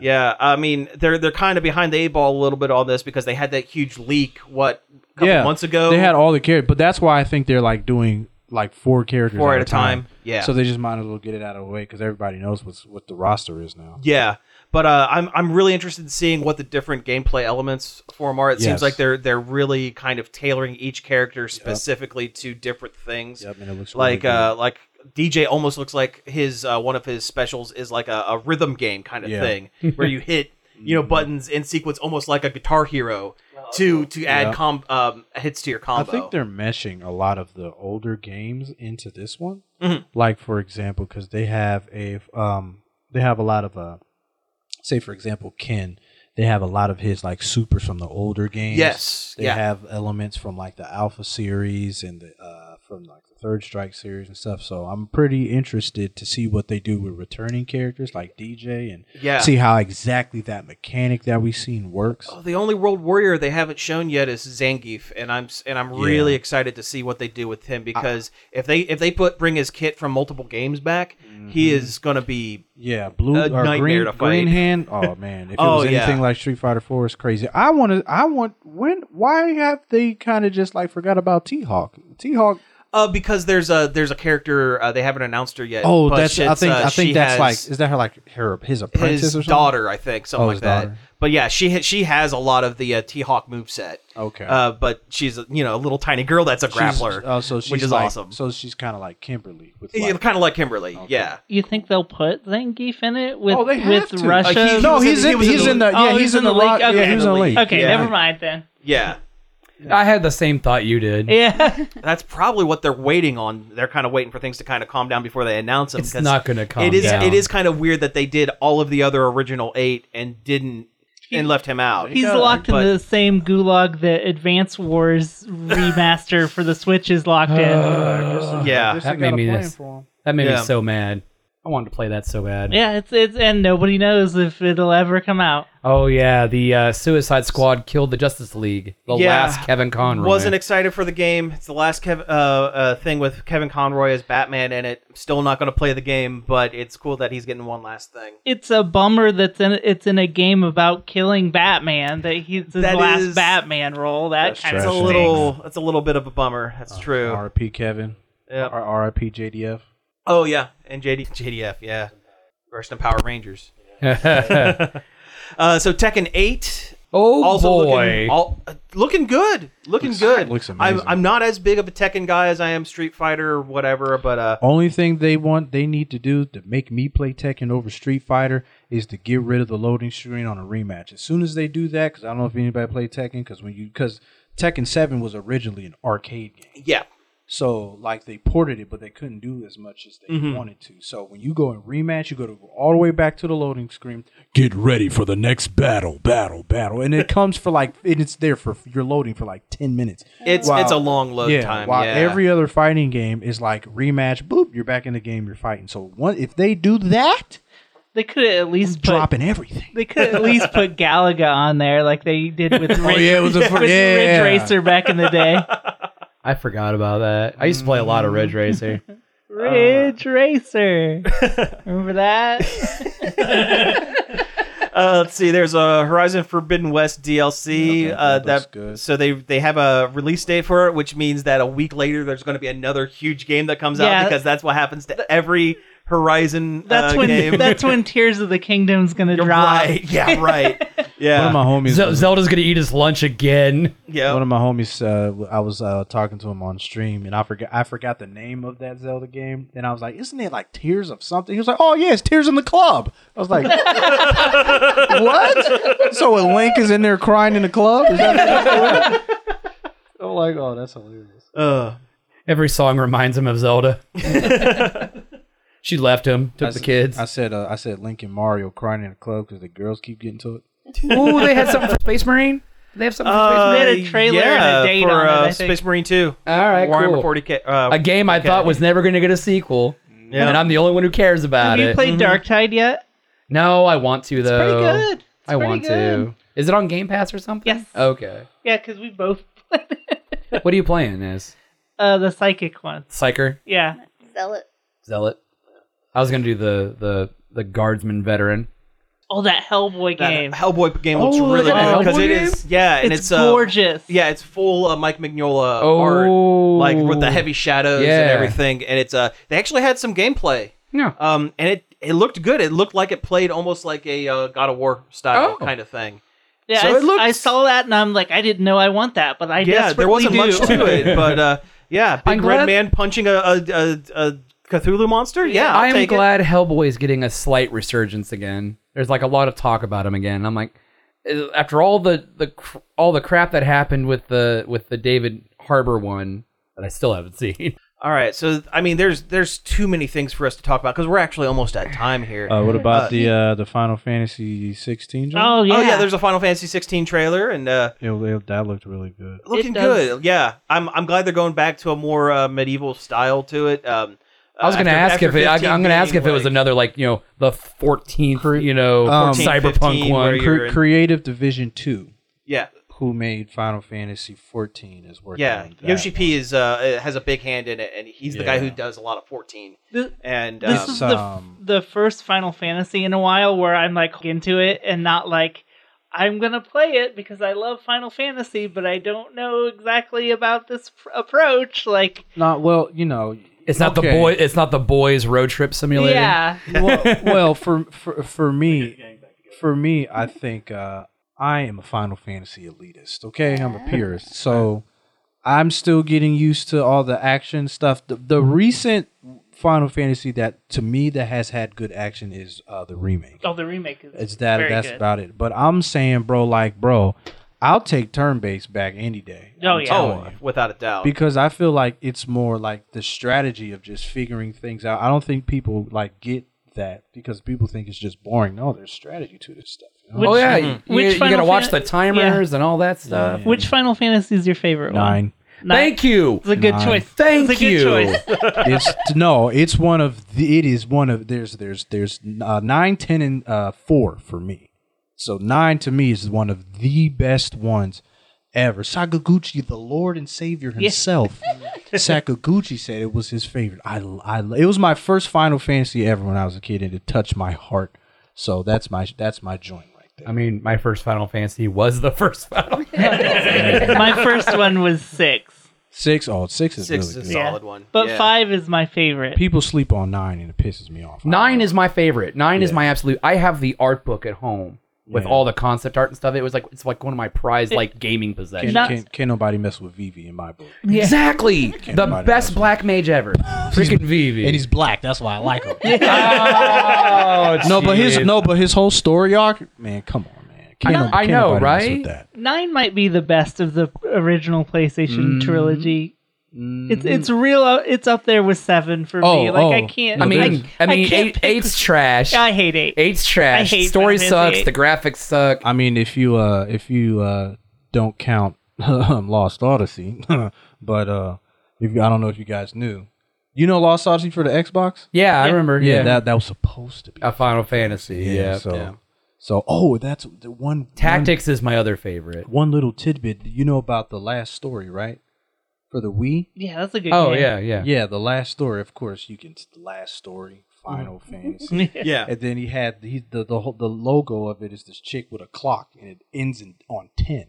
Yeah, I mean they're they're kind of behind the eight ball a little bit on this because they had that huge leak what a couple months ago. They had all the characters, but that's why I think they're like doing like four characters Four at a time. Yeah. So they just might as well get it out of the way because everybody knows what's, what the roster is now. yeah, but uh, I'm I'm really interested in seeing what the different gameplay elements for 'em are. It Yes. seems like they're they're really kind of tailoring each character specifically to different things. Yep, and it looks like really uh like DJ almost looks like his uh, one of his specials is like a, a rhythm game kind of Yeah. Mm-hmm. thing where you hit you know buttons in sequence almost like a guitar hero to to add Yeah. com um, hits to your I combo. think they're meshing a lot of the older games into this one. Mm-hmm. Like for example, because they have a um, they have a lot of uh, say for example, Ken. They have a lot of his like supers from the older games. Yes, they yeah. have elements from like the Alpha series and the uh, from like the Third Strike series and stuff. So I'm pretty interested to see what they do with returning characters like DJ and Yeah. see how exactly that mechanic that we've seen works. Oh, the only World Warrior they haven't shown yet is Zangief, and I'm s- and I'm Yeah. really excited to see what they do with him because if they if they put bring his kit from multiple games back, he Mm-hmm. is gonna be Yeah, blue a or nightmare green, to fight. green hand. Oh man, if Oh, it was yeah. anything like Street Fighter Four, it's crazy. I want to. I want when. Why have they kind of just like forgot about T Hawk? T Hawk. uh because there's a there's a character uh, they haven't announced her yet. Oh, but that's. I it's, think. uh, I she think that's has- like. Is that her like her his apprentice his or something? daughter, I think, something Oh, like his that. daughter. But yeah, she ha- she has a lot of the uh, T Hawk moveset. Okay. Uh, but she's you know a little tiny girl that's a She's- grappler, Oh, so she's which is like- awesome. So she's kind of like Kimberly with. yeah, Like, kind of like Kimberly. Yeah. You think they'll put Zangief in it with Oh, they have with to. Russia? Like, he- no, was in- he's he in. was in He's the- in the. oh, Yeah, he's in the league. Okay, Yeah, he was in the league. okay, Yeah. never mind then. Yeah. I had the same thought you did. Yeah, That's probably what they're waiting on. They're kind of waiting for things to kind of calm down before they announce them. It's 'cause not gonna calm It is. down. It is kind of weird that they did all of the other original eight and didn't and left him out. he's locked But- in the same gulag that Advance Wars remaster for the Switch is locked in. Yeah. This That they made got a me plan this- for him. That made Yeah. me so mad. I wanted to play that so bad. yeah, it's it's and nobody knows if it'll ever come out. Oh yeah, the uh, Suicide Squad killed the Justice League. The Yeah. last Kevin Conroy. Wasn't excited for the game. It's the last Kev- uh, uh, thing with Kevin Conroy as Batman in it. Still not going to play the game, but it's cool that he's getting one last thing. It's a bummer that's in it's in a game about killing Batman that he's his That last is- Batman role. That kind It's of a Trash. little, it's a little bit of a bummer. Oh, That's true. R.I.P. Kevin. Yep. R- R.I.P. JDF. Oh yeah, and JD, JDF, yeah, Rest in Power Rangers. Uh, so Tekken Eight, oh also boy. looking, all, uh, looking good, looking good. looks amazing. I'm, I'm not as big of a Tekken guy as I am Street Fighter or whatever, but uh, Only thing they want, they need to do to make me play Tekken over Street Fighter is to get rid of the loading screen on a rematch. As soon as they do that, because I don't know if anybody played Tekken, because when you because Tekken Seven was originally an arcade game, yeah, so like they ported it, but they couldn't do as much as they wanted to. So when you go in rematch, you got to go all the way back to the loading screen, Get ready for the next battle, battle, battle. and it comes for like and it's there for you're loading for like ten minutes. it's Wow. it's a long load yeah, time. While yeah. every other fighting game is like rematch, boop, you're back in the game, you're fighting. So one, if they do that. They could at least put, dropping everything. They could at least put Galaga on there like they did with Ridge, Oh, yeah, it was a fr- with yeah. Ridge Racer back in the day. Uh-huh. I forgot about that. I used to play a lot of Ridge Racer. Ridge Racer. Remember that? Uh, let's see. There's a Horizon Forbidden West DLC. Okay, uh, that that looks good. so they they have a release date for it, which means that a week later there's going to be another huge game that comes Yeah. out because that's what happens to every Horizon That's uh, when game. that's when Tears of the Kingdom's gonna You're drop. right. Yeah, right. One of Yeah, my homies. Ze- Zelda's gonna eat his lunch again. yeah. one of my homies. Uh, I was uh, talking to him on stream, and I forgot. I forgot the name of that Zelda game, and I was like, "Isn't it like Tears of something?" He was like, "Oh yeah, it's Tears in the Club." I was like, "What?" So when Link is in there crying in the club, is that what it's called? I'm like, "Oh, that's hilarious." Uh, Every song reminds him of Zelda. she left him, took the kids. I said, uh, "I said Link and Mario crying in the club because the girls keep getting to it." Ooh, they had something for Space Marine. They have something for Space uh, Marine. They had a trailer and a yeah, date for on it, uh, I think. Space Marine Two. All right, Warhammer cool. 40k. Uh, A game I thought was never gonna get a sequel, Yeah. and I'm the only one who cares Have about you it. Mm-hmm. played Dark Tide yet? no, I want to though. Pretty good. It's I pretty want good. to. Is it on Game Pass or something? Yes. Okay. Yeah, because we both played it. what are you playing as? Uh, the psychic one. Psyker. Yeah. Sell it. Zealot. I was gonna do the the the guardsman veteran. Oh, that Hellboy That game. Hellboy game looks Oh, really look at good that because it Hellboy game? is yeah, and it's, it's, uh, gorgeous. yeah, it's full uh, Mike Mignola Oh. art, like with the heavy shadows Yeah. and everything. And it's uh, they actually had some gameplay, Yeah. um, and it it looked good. It looked like it played almost like a uh, God of War style Oh. kind of thing. Yeah, So I, it s- looks- I saw that and I'm like, I didn't know I want that, but I yeah, there wasn't desperately much do. to it, but uh, yeah, big I'm red glad- man punching a a, a, a Cthulhu monster. Yeah, I'll I am take it. glad Hellboy is getting a slight resurgence again. There's like a lot of talk about him again. I'm like, uh, after all the the cr- all the crap that happened with the with the David Harbor one that I still haven't seen. All right, so I mean, there's there's too many things for us to talk about because we're actually almost at time here. Oh, Uh, what about Uh, the uh, the Final Fantasy 16? John? Oh yeah. Oh yeah, there's a Final Fantasy 16 trailer and uh, It- it- that looked really good. looking does. good. Yeah, I'm I'm glad they're going back to a more uh, medieval style to it. Um, I was uh, gonna after- ask if after it, I, 15 I'm gonna ask if it being, was like, another like you know the 14th you know Um, cyberpunk 15, where one. you're- Cre- in- Creative Division 2, Yeah, who made Final Fantasy 14, is working. yeah. on that. Yoshi P is uh, has a big hand in it, and he's the guy Yeah. who does a lot of 14. Th- And this um, is the, um, the first Final Fantasy in a while where I'm like into it and not like I'm gonna play it because I love Final Fantasy, but I don't know exactly about this pr- approach. Like, Not well, you know. It's not the okay. boy. It's not the boys road trip simulator. yeah, well, well, for for for me, for me, I think uh, I am a Final Fantasy elitist. Okay, I'm a purist, so I'm still getting used to all the action stuff. The, the recent Final Fantasy that to me that has had good action is uh, the remake. oh, the remake is It's that. very that's good. about it. But I'm saying, bro, like, bro, I'll take turn based back any day. Oh, I'm yeah. telling oh, you. without a doubt. because I feel like it's more like the strategy of just figuring things out. I don't think people like get that because people think it's just boring. No, there's strategy to this stuff. you know? Which- oh yeah, Mhm. you, Which you Final gotta watch Fan- the timers and all that stuff. Which Final Fantasy is your favorite one? Nine. Nine. Thank you. It's a good Nine. choice. Thank it's a you. Good choice. it's no. It's one of the, it is one of there's there's there's uh, nine, ten, and uh, four for me. So nine to me is one of the best ones ever. Sakaguchi, the Lord and Savior himself, Sakaguchi said it was his favorite. I, I it was my first Final Fantasy ever when I was a kid, and it touched my heart. So that's my that's my joint right there. I mean, my first Final Fantasy was the first Final. Fantasy. my first one was six, Six oh six is Six really is good. a solid one, but Yeah. five is my favorite. People sleep on nine, and it pisses me off. Nine is my favorite. Nine is Yeah. my absolute. I have the art book at home with Yeah. all the concept art and stuff. It was like it's like one of my prized like gaming Can't, possessions. Not- can't, can't nobody mess with Vivi in my book. Exactly, the nobody best else. black mage ever. Freaking Vivi. And he's black. That's why I like him. oh, no, but his jeez. no, but his whole story arc, man. Come on, man. Can't I know- no- I can't know, nobody mess right? with that. Nine might be the best of the original PlayStation trilogy. It's it's real. It's up there with seven for Oh, me. Like I oh. can't. No, I mean, can't- I mean, can't eight, pick- eight's trash. I hate eight. Eight's trash. hate Story Final sucks. Fantasy The graphics suck. I mean, if you uh, if you uh, don't count um, Lost Odyssey, but uh, if you, I don't know if you guys knew, you know Lost Odyssey for the Xbox. Yeah, I remember. Yeah, that that was supposed to be. a Final Fantasy. Yeah. so yeah. so oh, that's the one Tactics is my other favorite. One, one little tidbit. You know about the last story, right? For the Wii. Yeah, that's a good. Oh game. yeah, yeah. Yeah, the last story. Of course, you can the last story, Final Mm-hmm. Fantasy. yeah. And then he had he, the the whole, the logo of it is this chick with a clock, and it ends in, on ten.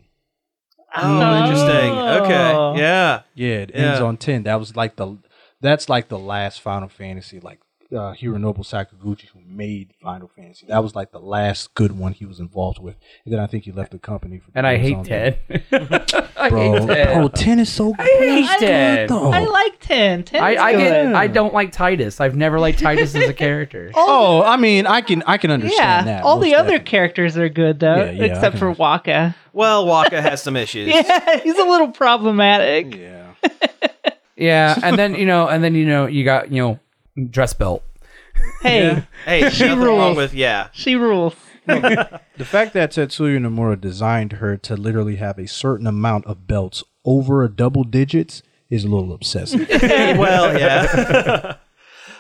Oh, interesting. Okay, yeah. Yeah, it ends Yeah. on ten. That was like the that's like the last Final Fantasy. Like uh, Hironobu Sakaguchi, who made Final Fantasy, that was like the last good one he was involved with. And then I think he left the company. For And I years hate on Ted. I Bro, hate Ted. bro, ten is so good. hate Ted. though. I like ten. Ten. I, I good. get. I don't like Titus. I've never liked Titus as a character. Oh, I mean, I can I can understand yeah, that. all most the other definitely. characters are good though, Yeah, yeah, I except can for Waka. Well, Waka has some issues. Yeah, he's a little problematic. Yeah. Yeah, and then you know, and then you know, you got you know, dress belt. Hey, Hey, nothing wrong rules. with yeah. she rules. The fact that Tetsuya Nomura designed her to literally have a certain amount of belts over a double digits is a little obsessive. well, yeah.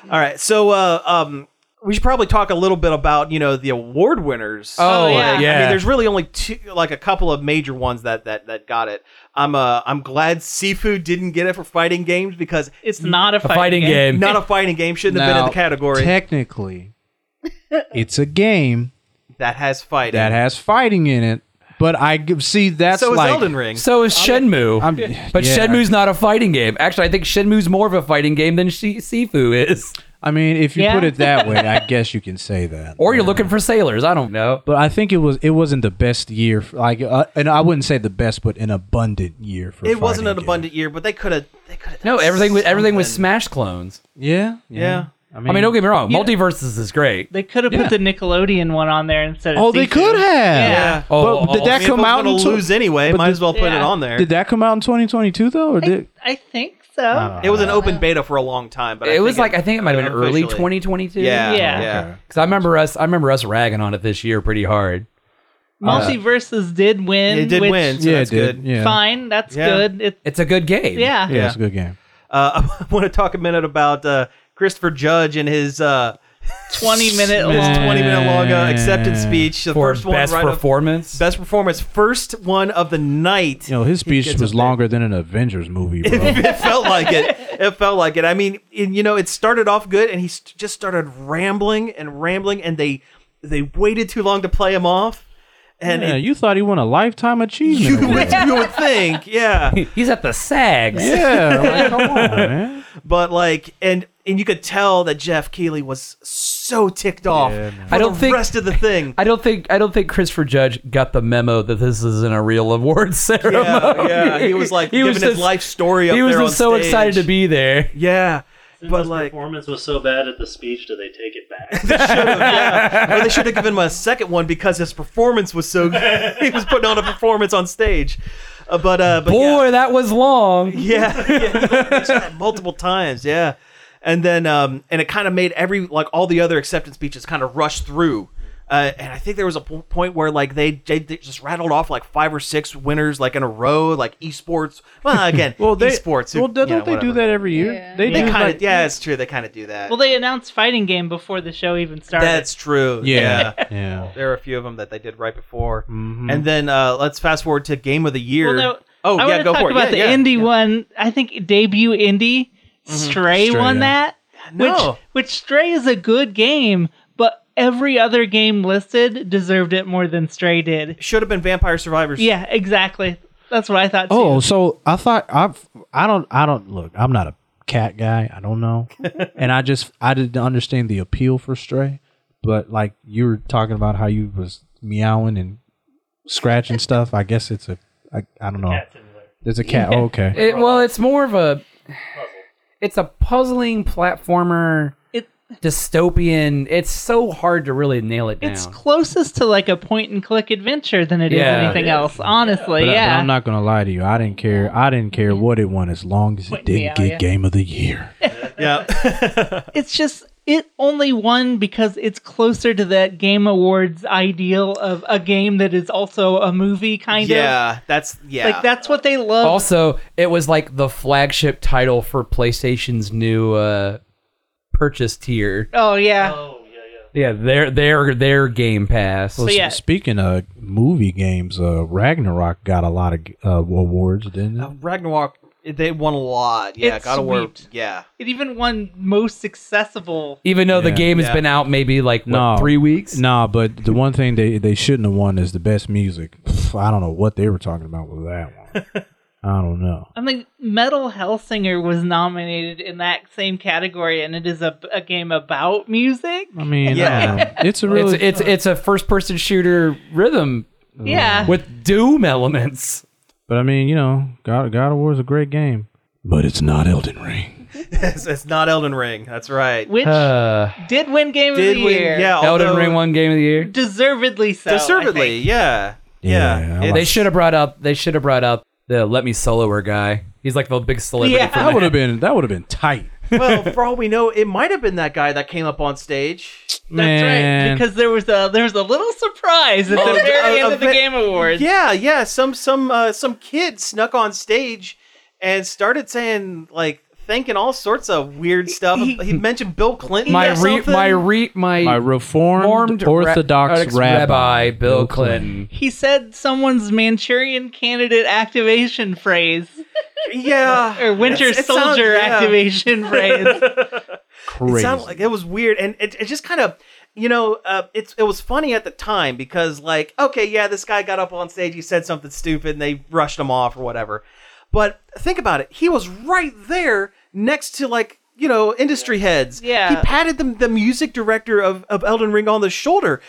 All right. So, uh, um, we should probably talk a little bit about you know the award winners. Oh, yeah. Like, I yeah. mean, there's really only two, like a couple of major ones that that that got it. I'm uh, I'm glad Sifu didn't get it for fighting games because It's not a a fighting, fighting game. game. not a fighting game shouldn't have been in Now, the category Technically, it's a game that has fighting. that has fighting in it, but I g- see that's so is like Elden Ring. So is Shenmue. I'm- but yeah. Shenmue's not a fighting game. Actually, I think Shenmue's more of a fighting game than Shi Sifu is. I mean, if you Yeah. put it that way, I guess you can say that. Or you're looking for sailors. I don't know. but I think it was it wasn't the best year, for, like, uh, and I wouldn't say the best, but an abundant year for. it wasn't fighting an games. abundant year, but they could have they could have No, everything was everything was Smash clones. Yeah, Yeah. I mean, don't get me wrong. Yeah. Multiverses is great. They could have put the Nickelodeon one on there instead of. Oh, they Sifu. could have. Yeah. Oh, but did oh, I that mean, come out in to tw- lose anyway. but Might did- as well put it Yeah. on there. Did that come out in 2022 though, or did? I think so. it was an open beta for a long time, but I It was think like I think it might have been early unofficially- 2022. Yeah, Yeah. yeah. Okay. because I remember us. I remember us ragging on it this year pretty hard. Multiverses did win. It did which, win. So yeah, that's it did. good. Yeah. Fine, that's Yeah. good. It, It's a good game. yeah. Yeah, it's a good game. Uh, I want to talk a minute about uh, Christopher Judge and his uh, 20 Oh, minute his long. 20 minute long uh, acceptance speech. The For first one, best right up- performance. best performance, first one of the night. You know, his speech gets was a- longer than an Avengers movie, bro. it felt like it. It felt like it. I mean, and, you know, it started off good, and he st- just started rambling and rambling, and they they waited too long to play him off. And yeah, it- you thought he won a lifetime achievement. you, award. would, you would think, yeah. He's at the SAGs. yeah, like, come on, man. but like and and you could tell that Jeff Keeley was so ticked off for I don't the think- rest of the thing. I don't think I don't think Christopher Judge got the memo that this isn't a real award ceremony. yeah, yeah, he was like giving his just- life story up He was there just on so stage. excited to be there. Yeah, but his like, performance was so bad at the speech, did they take it back? but they should have given him a second one because his performance was so. good. he was putting on a performance on stage, uh, but uh, but yeah. Boy, that was long. yeah, yeah. They said that multiple times yeah and then um and it kind of made every like all the other acceptance speeches kind of rushed through uh, and I think there was a po- point where like they, they they just rattled off like five or six winners like in a row, like esports. Well, again, Well, they esports. who- Well, don't you know, they do whatever. that every year? Yeah. They, They do kind of, like- yeah, it's true. They kind of do that. Well, they announced fighting game before the show even started. That's true. yeah, Mm-hmm. yeah. there are a few of them that they did right before. And then uh, let's fast forward to game of the year. Well, no, oh I yeah, wanna go talk for it. about Yeah, the yeah. Mm-hmm. indie one. I think debut indie Stray, Stray, won yeah. that. No. Which, which Stray is a good game, but every other game listed deserved it more than Stray did. Should have been Vampire Survivors. Yeah, exactly. That's what I thought. Too. Oh, so I thought I I don't I don't look. I'm not a cat guy. I don't know, and I just I didn't understand the appeal for Stray. But like you were talking about how you was meowing and scratching stuff. I guess it's a I, I don't know. There's a cat. Oh, okay. It, well, it's more of a it's a puzzling platformer It- dystopian. It's so hard to really nail it down. it's closest to like a point and click adventure than it is Yeah. anything else. Honestly, But, I, yeah. am not gonna lie to you. I didn't care. I didn't care what it won as long as it didn't meow, get yeah. Game of the Year. yeah. it's just it only won because it's closer to that game awards ideal of a game that is also a movie kind of yeah, that's yeah. like that's what they love also, it was like the flagship title for PlayStation's new uh, purchase tier. oh yeah Yeah, their their their Game Pass. Well, s- yeah. Speaking of movie games, uh, Ragnarok got a lot of uh, awards, didn't it? Ragnarok, they won a lot. Yeah, It God of War. sweeped. Yeah, it even won most accessible Even though the Yeah. game has Yeah. been out maybe like what, No. three weeks. Nah, but the one thing they, they shouldn't have won is the best music. Pff, I don't know what they were talking about with that one. I don't know. i think metal hellsinger was nominated in that same category and it is a, a game about music I mean, I don't Yeah. know. it's a really it's it's it's a first person shooter rhythm yeah with Doom elements. but I mean, you know, God God of War is a great game, but it's not Elden Ring. it's, it's not Elden Ring. That's right. which Uh, did win game of Did the we? year Yeah, Elden although- Ring won Game of the Year. deservedly so I Deservedly, think. yeah. Yeah, I Yeah, like- It's- They should have brought out. They should have brought out the Let Me Solo Her guy. He's like the big celebrity. Yeah. for That would have been that would have been tight, well, for all we know, it might have been that guy that came up on stage. that's man. right because there was a there was a little surprise at Oh, the very a- end a of the bit- game awards Yeah, yeah. Some some uh, some kid snuck on stage and started saying like thinking all sorts of weird stuff. He, mentioned Bill Clinton. my or re, something. my re, my My reformed reformed ra- Orthodox rabbi, Bill Clinton. He said someone's Manchurian candidate activation phrase yeah, or winter It's- it sounds- soldier yeah. activation phrase. Crazy. It sounded like it was weird, and it, it just kind of, you know, uh, it's it was funny at the time because like, okay, yeah, this guy got up on stage, he said something stupid, and they rushed him off or whatever. But think about it, he was right there next to like you know industry heads. Yeah. he patted the the music director of of Elden Ring on the shoulder.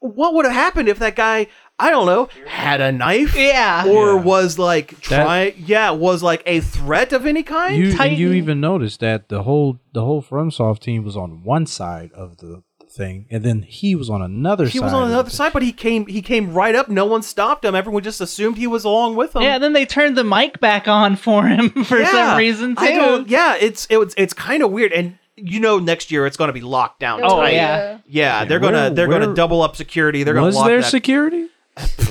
What would have happened if that guy? I don't know. Had a knife, Yeah. or was like try, yeah, was like a threat of any kind. you, Titan. and you even noticed that the whole the whole FromSoft team was on one side of the thing, and then he was on another. he side was on of the other the- side, but he came he came right up. No one stopped him. Everyone just assumed he was along with him. yeah, then they turned the mic back on for him for Yeah. some reason too. I don't- yeah, it's it was it's kind of weird, and you know, next year it's going to be locked down. Oh, tight. yeah. yeah. They're Where- gonna they're gonna where- double up security. They're gonna Was lock there that. security?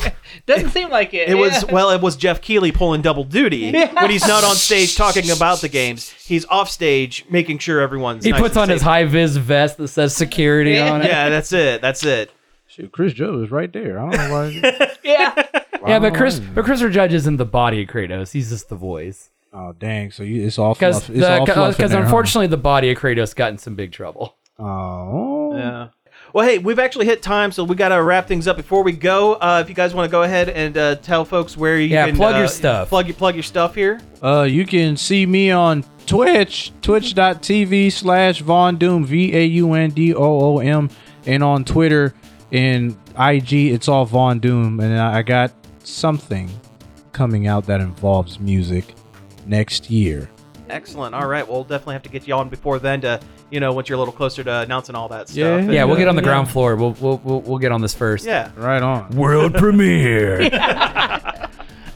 Doesn't seem like it. it was Yeah. well, it was Jeff Keeley pulling double duty when he's not on stage talking about the games. He's off stage making sure everyone's. He nice puts and on his safe. high vis vest that says security on it. Yeah, that's it. That's it. Shoot, Chris Joe is right there. I don't know why. yeah. Yeah, but Chris, but Chris Judge isn't the body of Kratos. He's just the voice. oh dang! So you, it's all Because fluff. It's all fluff in there, huh? unfortunately, the body of Kratos got in some big trouble. Oh. Yeah. Well, hey, we've actually hit time, so we got to wrap things up. Before we go, uh, if you guys want to go ahead and uh, tell folks where you Yeah, can plug uh, your stuff. plug your plug your stuff here. Uh, you can see me on Twitch, twitch.tv slash Von Doom, V A U N D O O M, and on Twitter and IG, it's all Von Doom. And I I got something coming out that involves music next year. Excellent. All right. Well, we'll definitely have to get you on before then to you know once you're a little closer to announcing all that stuff. Yeah. And, Yeah, we'll uh, get on the ground floor. We'll we'll we'll, we'll get on this first. Yeah. Right on. World premiere.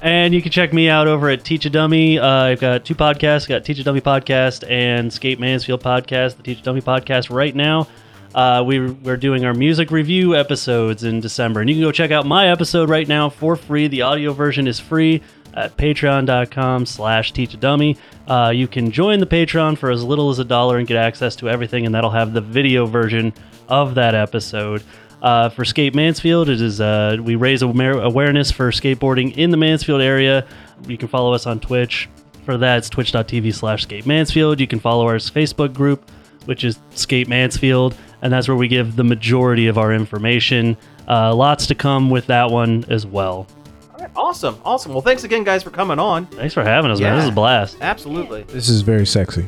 And you can check me out over at Teach a Dummy. Uh, I've got two podcasts. got Teach a Dummy podcast and Skate Mansfield podcast, the Teach a Dummy podcast right now. Uh, we, we're doing our music review episodes in December. And you can go check out my episode right now for free. The audio version is free at patreon.com slash teach a dummy. Uh, you can join the Patreon for as little as a dollar and get access to everything, and that'll have the video version of that episode. Uh, for Skate Mansfield, it is uh, we raise amer- awareness for skateboarding in the Mansfield area. You can follow us on Twitch. For that, it's twitch.tv slash skate mansfield. You can follow our Facebook group, which is Skate Mansfield, and that's where we give the majority of our information. Uh, lots to come with that one as well. All right. Awesome. Awesome. Well, thanks again, guys, for coming on. Thanks for having us, man. Yeah. This is a blast. Absolutely. This is very sexy.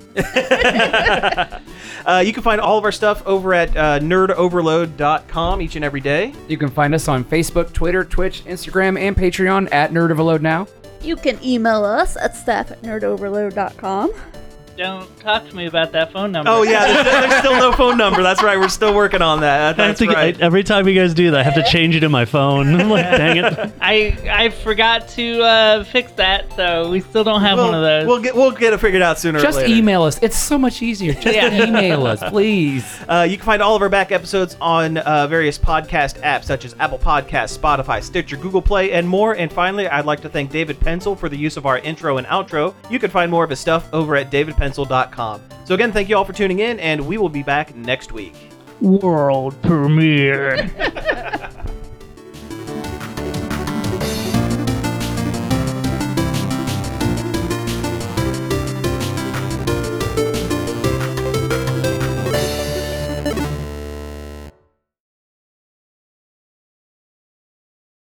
Uh, you can find all of our stuff over at uh, nerdoverload.com each and every day. You can find us on Facebook, Twitter, Twitch, Instagram, and Patreon at Nerd Overload now. You can email us at staff at nerdoverload.com. Don't talk to me about that phone number. Oh yeah, there's, there's still no phone number. That's right. We're still working on that. I have That's to, right. I- every time you guys do that, I have to change it in my phone. I'm like, dang it. I I forgot to uh, fix that, so we still don't have we'll, one of those. we'll get we'll get it figured out sooner Just or later. email us. It's so much easier. Just Yeah. email us, please. Uh, you can find all of our back episodes on uh, various podcast apps such as Apple Podcasts, Spotify, Stitcher, Google Play, and more. And finally, I'd like to thank David Pencil for the use of our intro and outro. You can find more of his stuff over at davidpencil.com. So, again, thank you all for tuning in, and we will be back next week. World premiere.